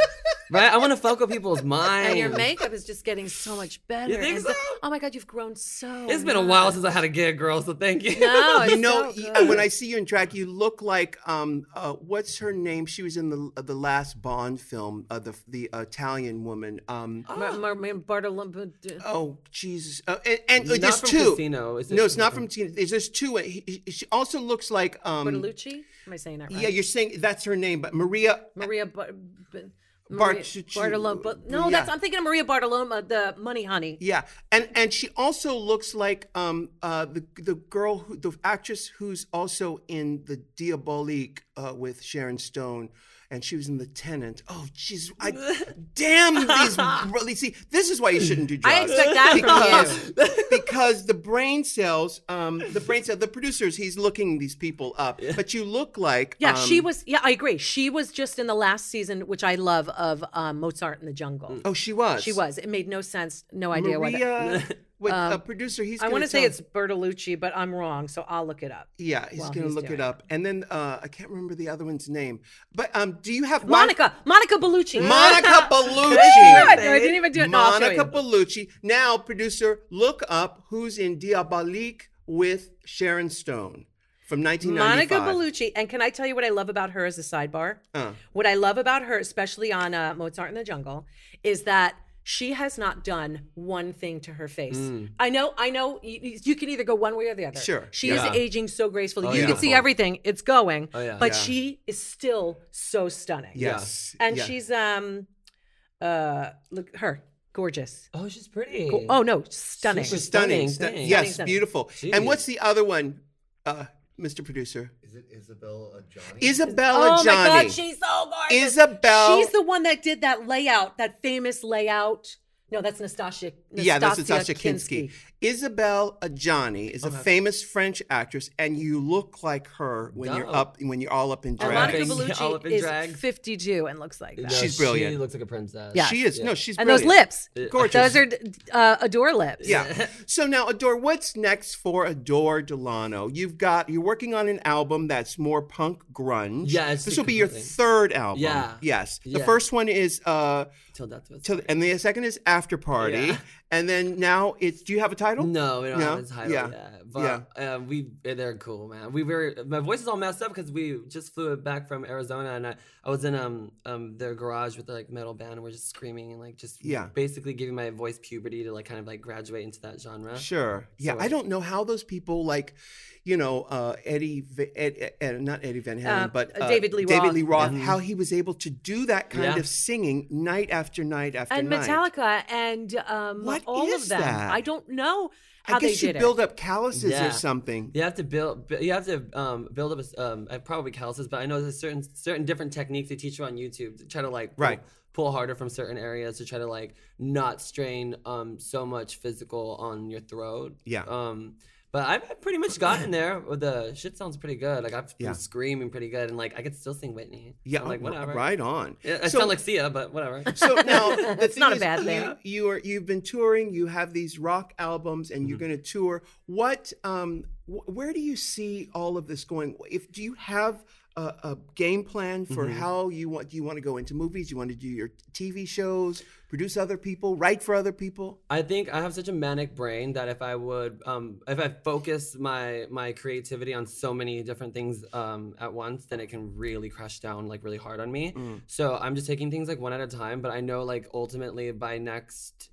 right. I want to fuck with people's minds. And your makeup is just getting so much better. think and be- so? oh my god, you've grown so. It's been a while much. since I had a gig, girl. So thank you. No, it's You know, so y- good. when I see you in drag, you look like um, uh, what's her name? She was in the uh, the last Bond film, uh, the the Italian woman. Um, Oh. Mar- Mar- Mar- Bartolom- oh Jesus! Uh, and and Not there's from two. Casino, is it? no, it's not from Casino. There's just two. and he- he- She also looks like um, Bertolucci. Am I saying that right? yeah, you're saying that's her name, but Maria Maria Bar- B- Bart- Maria Ch- Bartolom- but no, yeah. that's I'm thinking of Maria Bartoloma, the Money Honey. Yeah, and and she also looks like um uh the the girl who the actress who's also in the Diabolique uh, with Sharon Stone, and she was in The Tenant. Oh, jeez, I damn these really see. This is why you shouldn't do drugs. I expect that from you. because, because the brain cells, um, the brain cell, the producers, he's looking these people up. But you look like Yeah, um, she was. Yeah, I agree. She was just in the last season, which I love, of um, Mozart in the Jungle. Oh, she was. She was. It made no sense. No idea why. that- Maria. With a producer, he's. I want to say it's Bertolucci, but I'm wrong, so I'll look it up. Yeah, he's while gonna he's look doing it up, and then uh, I can't remember the other one's name. But um, do you have Monica, Monica Bellucci. Monica Good. Bellucci. No, I didn't even do it. No, I'll show Monica you. Bellucci. Now, producer, look up who's in Diabolique with Sharon Stone from Monica 1995. Bellucci. And can I tell you what I love about her as a sidebar? Uh. What I love about her, especially on uh, Mozart in the Jungle, is that she has not done one thing to her face. I know, I know. You, you can either go one way or the other. Mm. Sure. Oh, she Yeah. is aging so gracefully. you can Beautiful. see everything; it's going. Oh, yeah. But Yeah. she is still so stunning. Yes, and yeah. she's um, uh, look her gorgeous. Oh, she's pretty. Oh no, stunning. Super stunning. Stunning stu- yes, thing. Stunning, stunning. beautiful. And what's the other one, uh, Mr. Producer? Is it Isabel Johnny? Isabella Oh my Johnny. God, she's so gorgeous. Isabel. She's the one that did that layout, that famous layout. No, that's Nastasia. yeah, that's Natasha Nastasia Kinsky. Isabel Adjani is a famous French actress, and you look like her when you're Dope. up when you're all up in And drag. Monica Drag. All up Bellucci in is drag. 52 and looks like that. She's She brilliant. looks like a princess. Yeah. She is no, she's and those brilliant. lips. gorgeous. Those are uh, adore lips. Yeah. So now, Adore, what's next for Adore Delano? You've got you're working on an album that's more punk grunge. Yeah, it's this will be your completely- third album. Yeah. Yes. The Yeah. first one is uh, Till that's what's till, and the second is After Party, Yeah. and then now it's. Do you have a title? No, we don't No? have a title Yeah. yet. But uh, we they're cool, man. We were my voice is all messed up because we just flew back from Arizona and I, I was in um um their garage with their like metal band and we're just screaming and like just Yeah. basically giving my voice puberty to like kind of like graduate into that genre. Sure. Yeah, So I it- don't know how those people like, you know, uh, Eddie, Va- Ed, Ed, Ed- not Eddie Van Halen, Uh, but uh, David Lee David Roth. Lee Roth, how he was able to do that kind Mm-hmm. Yeah. of singing night after night after and night. Metallica and um, What all is of them. that? I don't know how I guess they you did build it. up calluses Yeah. or something. You have to build. bu- You have to um, build up. a s- Um, uh, probably calluses, but I know there's certain certain different techniques they teach you on YouTube to try to like pull, Right. pull harder from certain areas to try to like not strain um, so much physical on your throat. Yeah. Um, but I've I've pretty much gotten there. with The shit sounds pretty good. Like I've Yeah. been screaming pretty good, and like I could still sing Whitney. Yeah, I'm like r- whatever. right on. Yeah, I sound like Sia, but whatever. So now the thing not a is, bad you- thing. You, are you've been touring. You have these rock albums, and you're going to tour. What? Um, wh- where do you see all of this going? If do you have a, a game plan for how you want? Do you want to go into movies? You want to do your TV shows, produce other people, write for other people? I think I have such a manic brain that if I would, um, if I focus my my creativity on so many different things um, at once, then it can really crash down like really hard on me. So I'm just taking things like one at a time. But I know like ultimately by next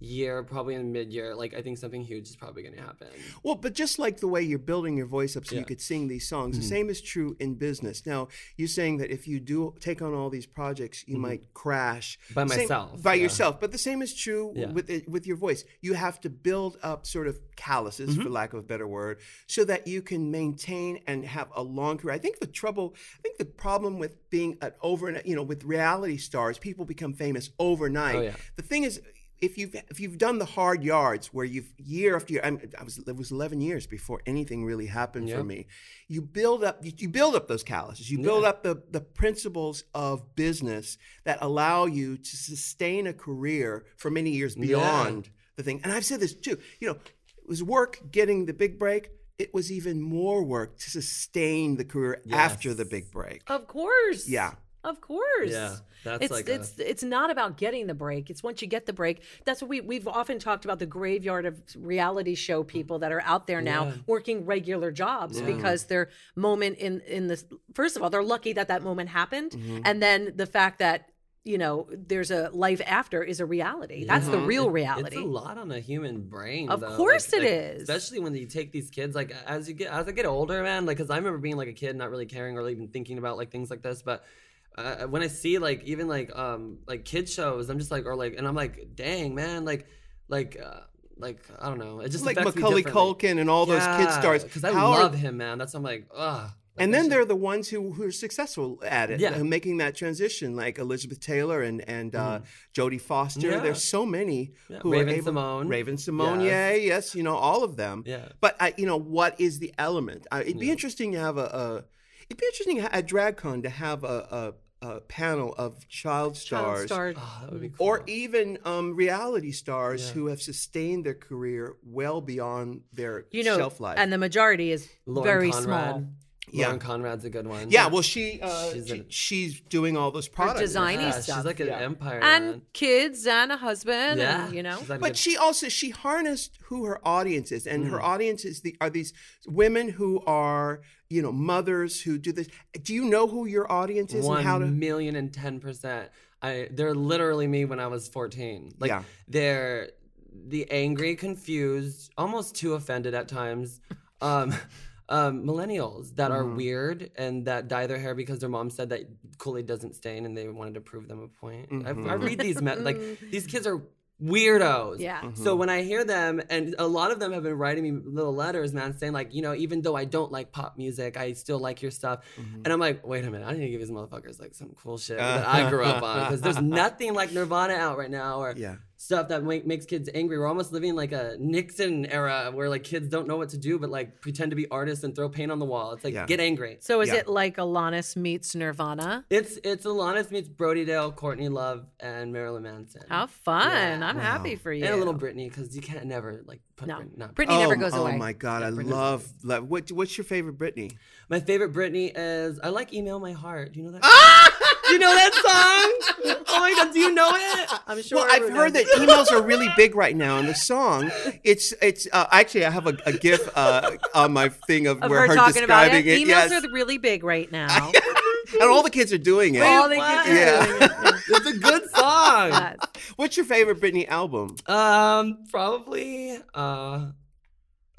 year, probably in mid year, like I think something huge is probably gonna happen. Well, but just like the way you're building your voice up so you could sing these songs, Mm-hmm. the same is true in business. Now, you're saying that if you do take on all these projects, you might crash Mm-hmm. By Same- myself, by yeah. yourself. But the same is true Yeah. with it, with your voice. You have to build up sort of calluses, Mm-hmm. for lack of a better word, so that you can maintain and have a long career. I think the trouble, I think the problem with being an over, you know, with reality stars, people become famous overnight. Oh, yeah. The thing is, if you've if you've done the hard yards where you've year after year, I, mean, I was it was eleven years before anything really happened for me. You build up you, you build up those calluses. You build up the the principles of business that allow you to sustain a career for many years beyond the thing. And I've said this too. You know, it was work getting the big break. It was even more work to sustain the career after the big break. Of course. Yeah. Of course. Yeah, that's it's like a- it's it's not about getting the break. It's once you get the break. That's what we we've often talked about the graveyard of reality show people that are out there now working regular jobs because their moment in in this first of all they're lucky that that moment happened Mm-hmm. and then the fact that you know there's a life after is a reality. That's the real reality. Mm-hmm. It's a lot on a human brain. Of though. course it it is, is. Especially when you take these kids, like as you get as I get older, man. Like, cause I remember being like a kid, not really caring or even thinking about like things like this. But uh, when I see like even like um like kid shows, I'm just like or like, and I'm like, dang man, like like uh, like I don't know. It just Like affects me Macaulay differently. Culkin and all those kid stars. Because I How are- love him, man. That's I'm like, ugh. Like, and that then shit- they're the ones who, who are successful at it, Yeah. and making that transition, like Elizabeth Taylor and and uh, Jodie Foster. Mm. Yeah. There's so many Yeah, who Raven are able, Simone. Raven Simone, Yes. yeah, yes, you know all of them. Yeah. But I, you know, what is the element? I, it'd be interesting to have a, a it'd be interesting at DragCon to have a, a, a panel of child Child stars. Oh, star Ah, that would be cool. Or even um, reality stars who have sustained their career well beyond their you know shelf life. and the majority is Lauren very Conrad. small. Yeah. Lauren Conrad's a good one. yeah, well, she, uh, She's she's, a- she she's doing all those products. designing Yeah, stuff. She's like an empire. man. and kids and a husband and you know she's like a but she also she harnessed who her audience is and Mm. her audience is the are these women who are you know mothers who do this do you know who your audience is One and how to million and ten percent. I they're literally me when I was fourteen. Like Yeah. they're the angry, confused, almost too offended at times. Um Um, millennials that Mm-hmm. are weird and that dye their hair because their mom said that Kool Aid doesn't stain and they wanted to prove them a point. I, I Mm-hmm. read these, me- like, these kids are weirdos. Yeah. Mm-hmm. So when I hear them, and a lot of them have been writing me little letters, man, saying like, you know, even though I don't like pop music, I still like your stuff. Mm-hmm. And I'm like, wait a minute, I need to give these motherfuckers like some cool shit that I grew up on because there's nothing like Nirvana out right now or Yeah. stuff that make, makes kids angry. We're almost living like a Nixon era where like kids don't know what to do but like pretend to be artists and throw paint on the wall. It's like Yeah. get angry. So is Yeah. it like Alanis meets Nirvana? It's it's Alanis meets Brody Dale, Courtney Love, and Marilyn Manson. How fun! I'm Wow. happy for you. and a little Britney because you can't never like put No, Britney, not Britney never Oh, goes oh away. my god i love, love what what's your favorite britney My favorite Britney is I like Email My Heart. Do you know that? You know that song? Oh my god, do you know it? I'm sure. Well, I've everyone heard does. that emails are really big right now, and the song, it's it's uh, actually I have a, a GIF uh, on my thing of, Of where her her, talking about describing it. Emails yes, are really big right now. and all the kids are doing it. All the Wow. kids are Yeah. doing it. It's a good song. Yes. What's your favorite Britney album? Um, probably. Uh,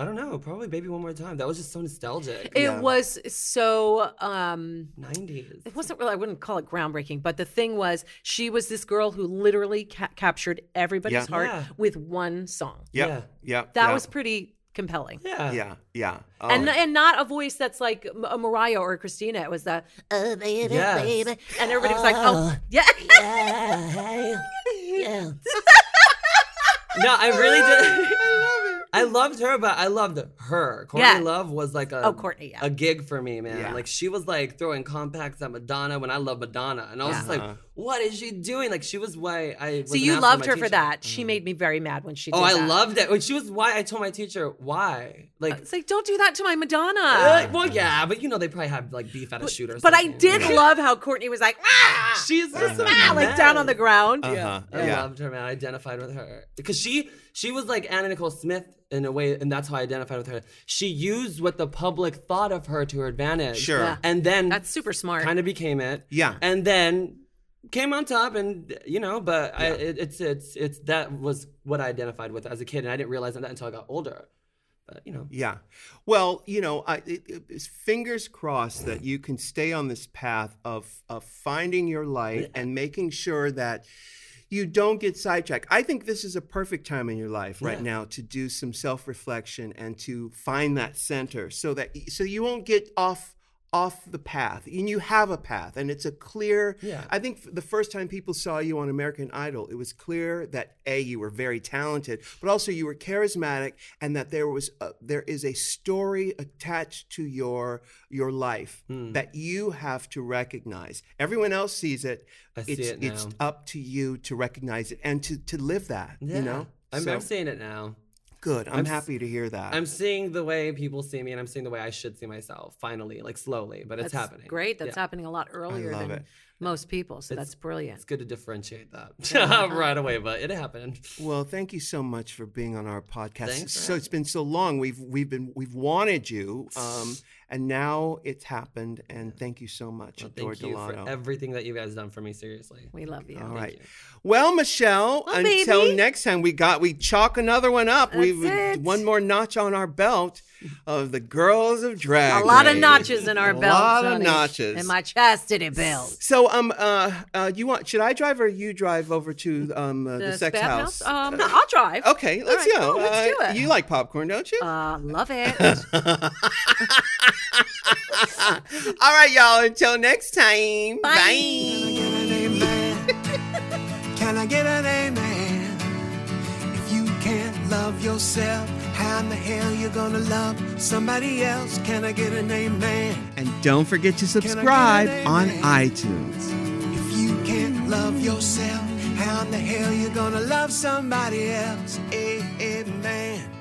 I don't know. Probably "Baby One More Time." That was just so nostalgic. It Yeah. was so um Nineties. it wasn't really I wouldn't call it groundbreaking, but the thing was she was this girl who literally ca- captured everybody's Yeah. heart Yeah. with one song. Yep, yeah, That yeah, was pretty compelling. Yeah. yeah, yeah. Oh. And, and not a voice that's like M- a Mariah or Christina. It was the, oh, baby, Yes. baby. And everybody was like, oh, yeah. No, I really did. I loved her, but I loved her. Courtney Yeah. Love was like a Oh, Courtney, yeah. a gig for me, man. Yeah. Like she was like throwing compacts at Madonna when I love Madonna, and I was just Uh-huh. like, "What is she doing?" Like she was why I. Was So an you ass loved my her for teacher. Mm. that. She made me very mad when she did Oh, I that. loved it. When she was why I told my teacher why. Like, It's like, don't do that to my Madonna. uh, well, yeah, but you know they probably had like beef at a shooter. but I did love how Courtney was like, ah, She's just a ah, like down on the mess. ground. Uh-huh, I yeah. loved her, man. I identified with her because she she was like Anna Nicole Smith in a way, and that's how I identified with her. She used what the public thought of her to her advantage, Sure. Yeah. and then That's super smart. Kind of became it, Yeah. and then came on top, and you know, but I, it, it's it's it's that was what I identified with as a kid, and I didn't realize that until I got older. But you know, Yeah. Well, you know, I, it, it- it's fingers crossed that you can stay on this path of, of finding your light and making sure that you don't get sidetracked. I think this is a perfect time in your life right now to do some self reflection and to find that center so that so you won't get off off the path and you have a path and it's a clear Yeah. i think the first time people saw you on american idol it was clear that a you were very talented but also you were charismatic and that there was a, there is a story attached to your your life that you have to recognize everyone else sees it I see it's it now. it's up to you to recognize it and to to live that Yeah. you know I'm, So, I'm seeing it now. good i'm, I'm s- happy to hear that I'm seeing the way people see me, and I'm seeing the way I should see myself. Finally, like slowly, but it's happening. Great. That's Yeah. happening a lot earlier love than it. most people. So that's brilliant. It's good to differentiate that right away, but it happened. Well, thank you so much for being on our podcast. Thanks for so it's been so long. We've we've been we've wanted you, um, and now it's happened. And thank you so much, Adore Thank you Delano. for everything that you guys done for me. Seriously, We love you. All right. you. Well, Michelle, Well, until baby. next time, we got we chalk another one up. We've That's it. one more notch on our belt of the girls of drag. A lot of Race. notches in our A belt. lot of Johnny, notches. In my chastity belt. So um uh, uh you want should I drive or you drive over to um uh, the, sex Spab house? Um, I'll drive. Okay, let's right, go. cool, let's Uh, do it. You like popcorn, don't you? Uh, love it. All right, y'all. Until next time. Bye. Can I get an amen? Can I get an amen? If you can't love yourself, how in the hell you gonna love somebody else? Can I get an amen? And don't forget to subscribe on iTunes. If you can't love yourself, how in the hell you gonna love somebody else? Amen.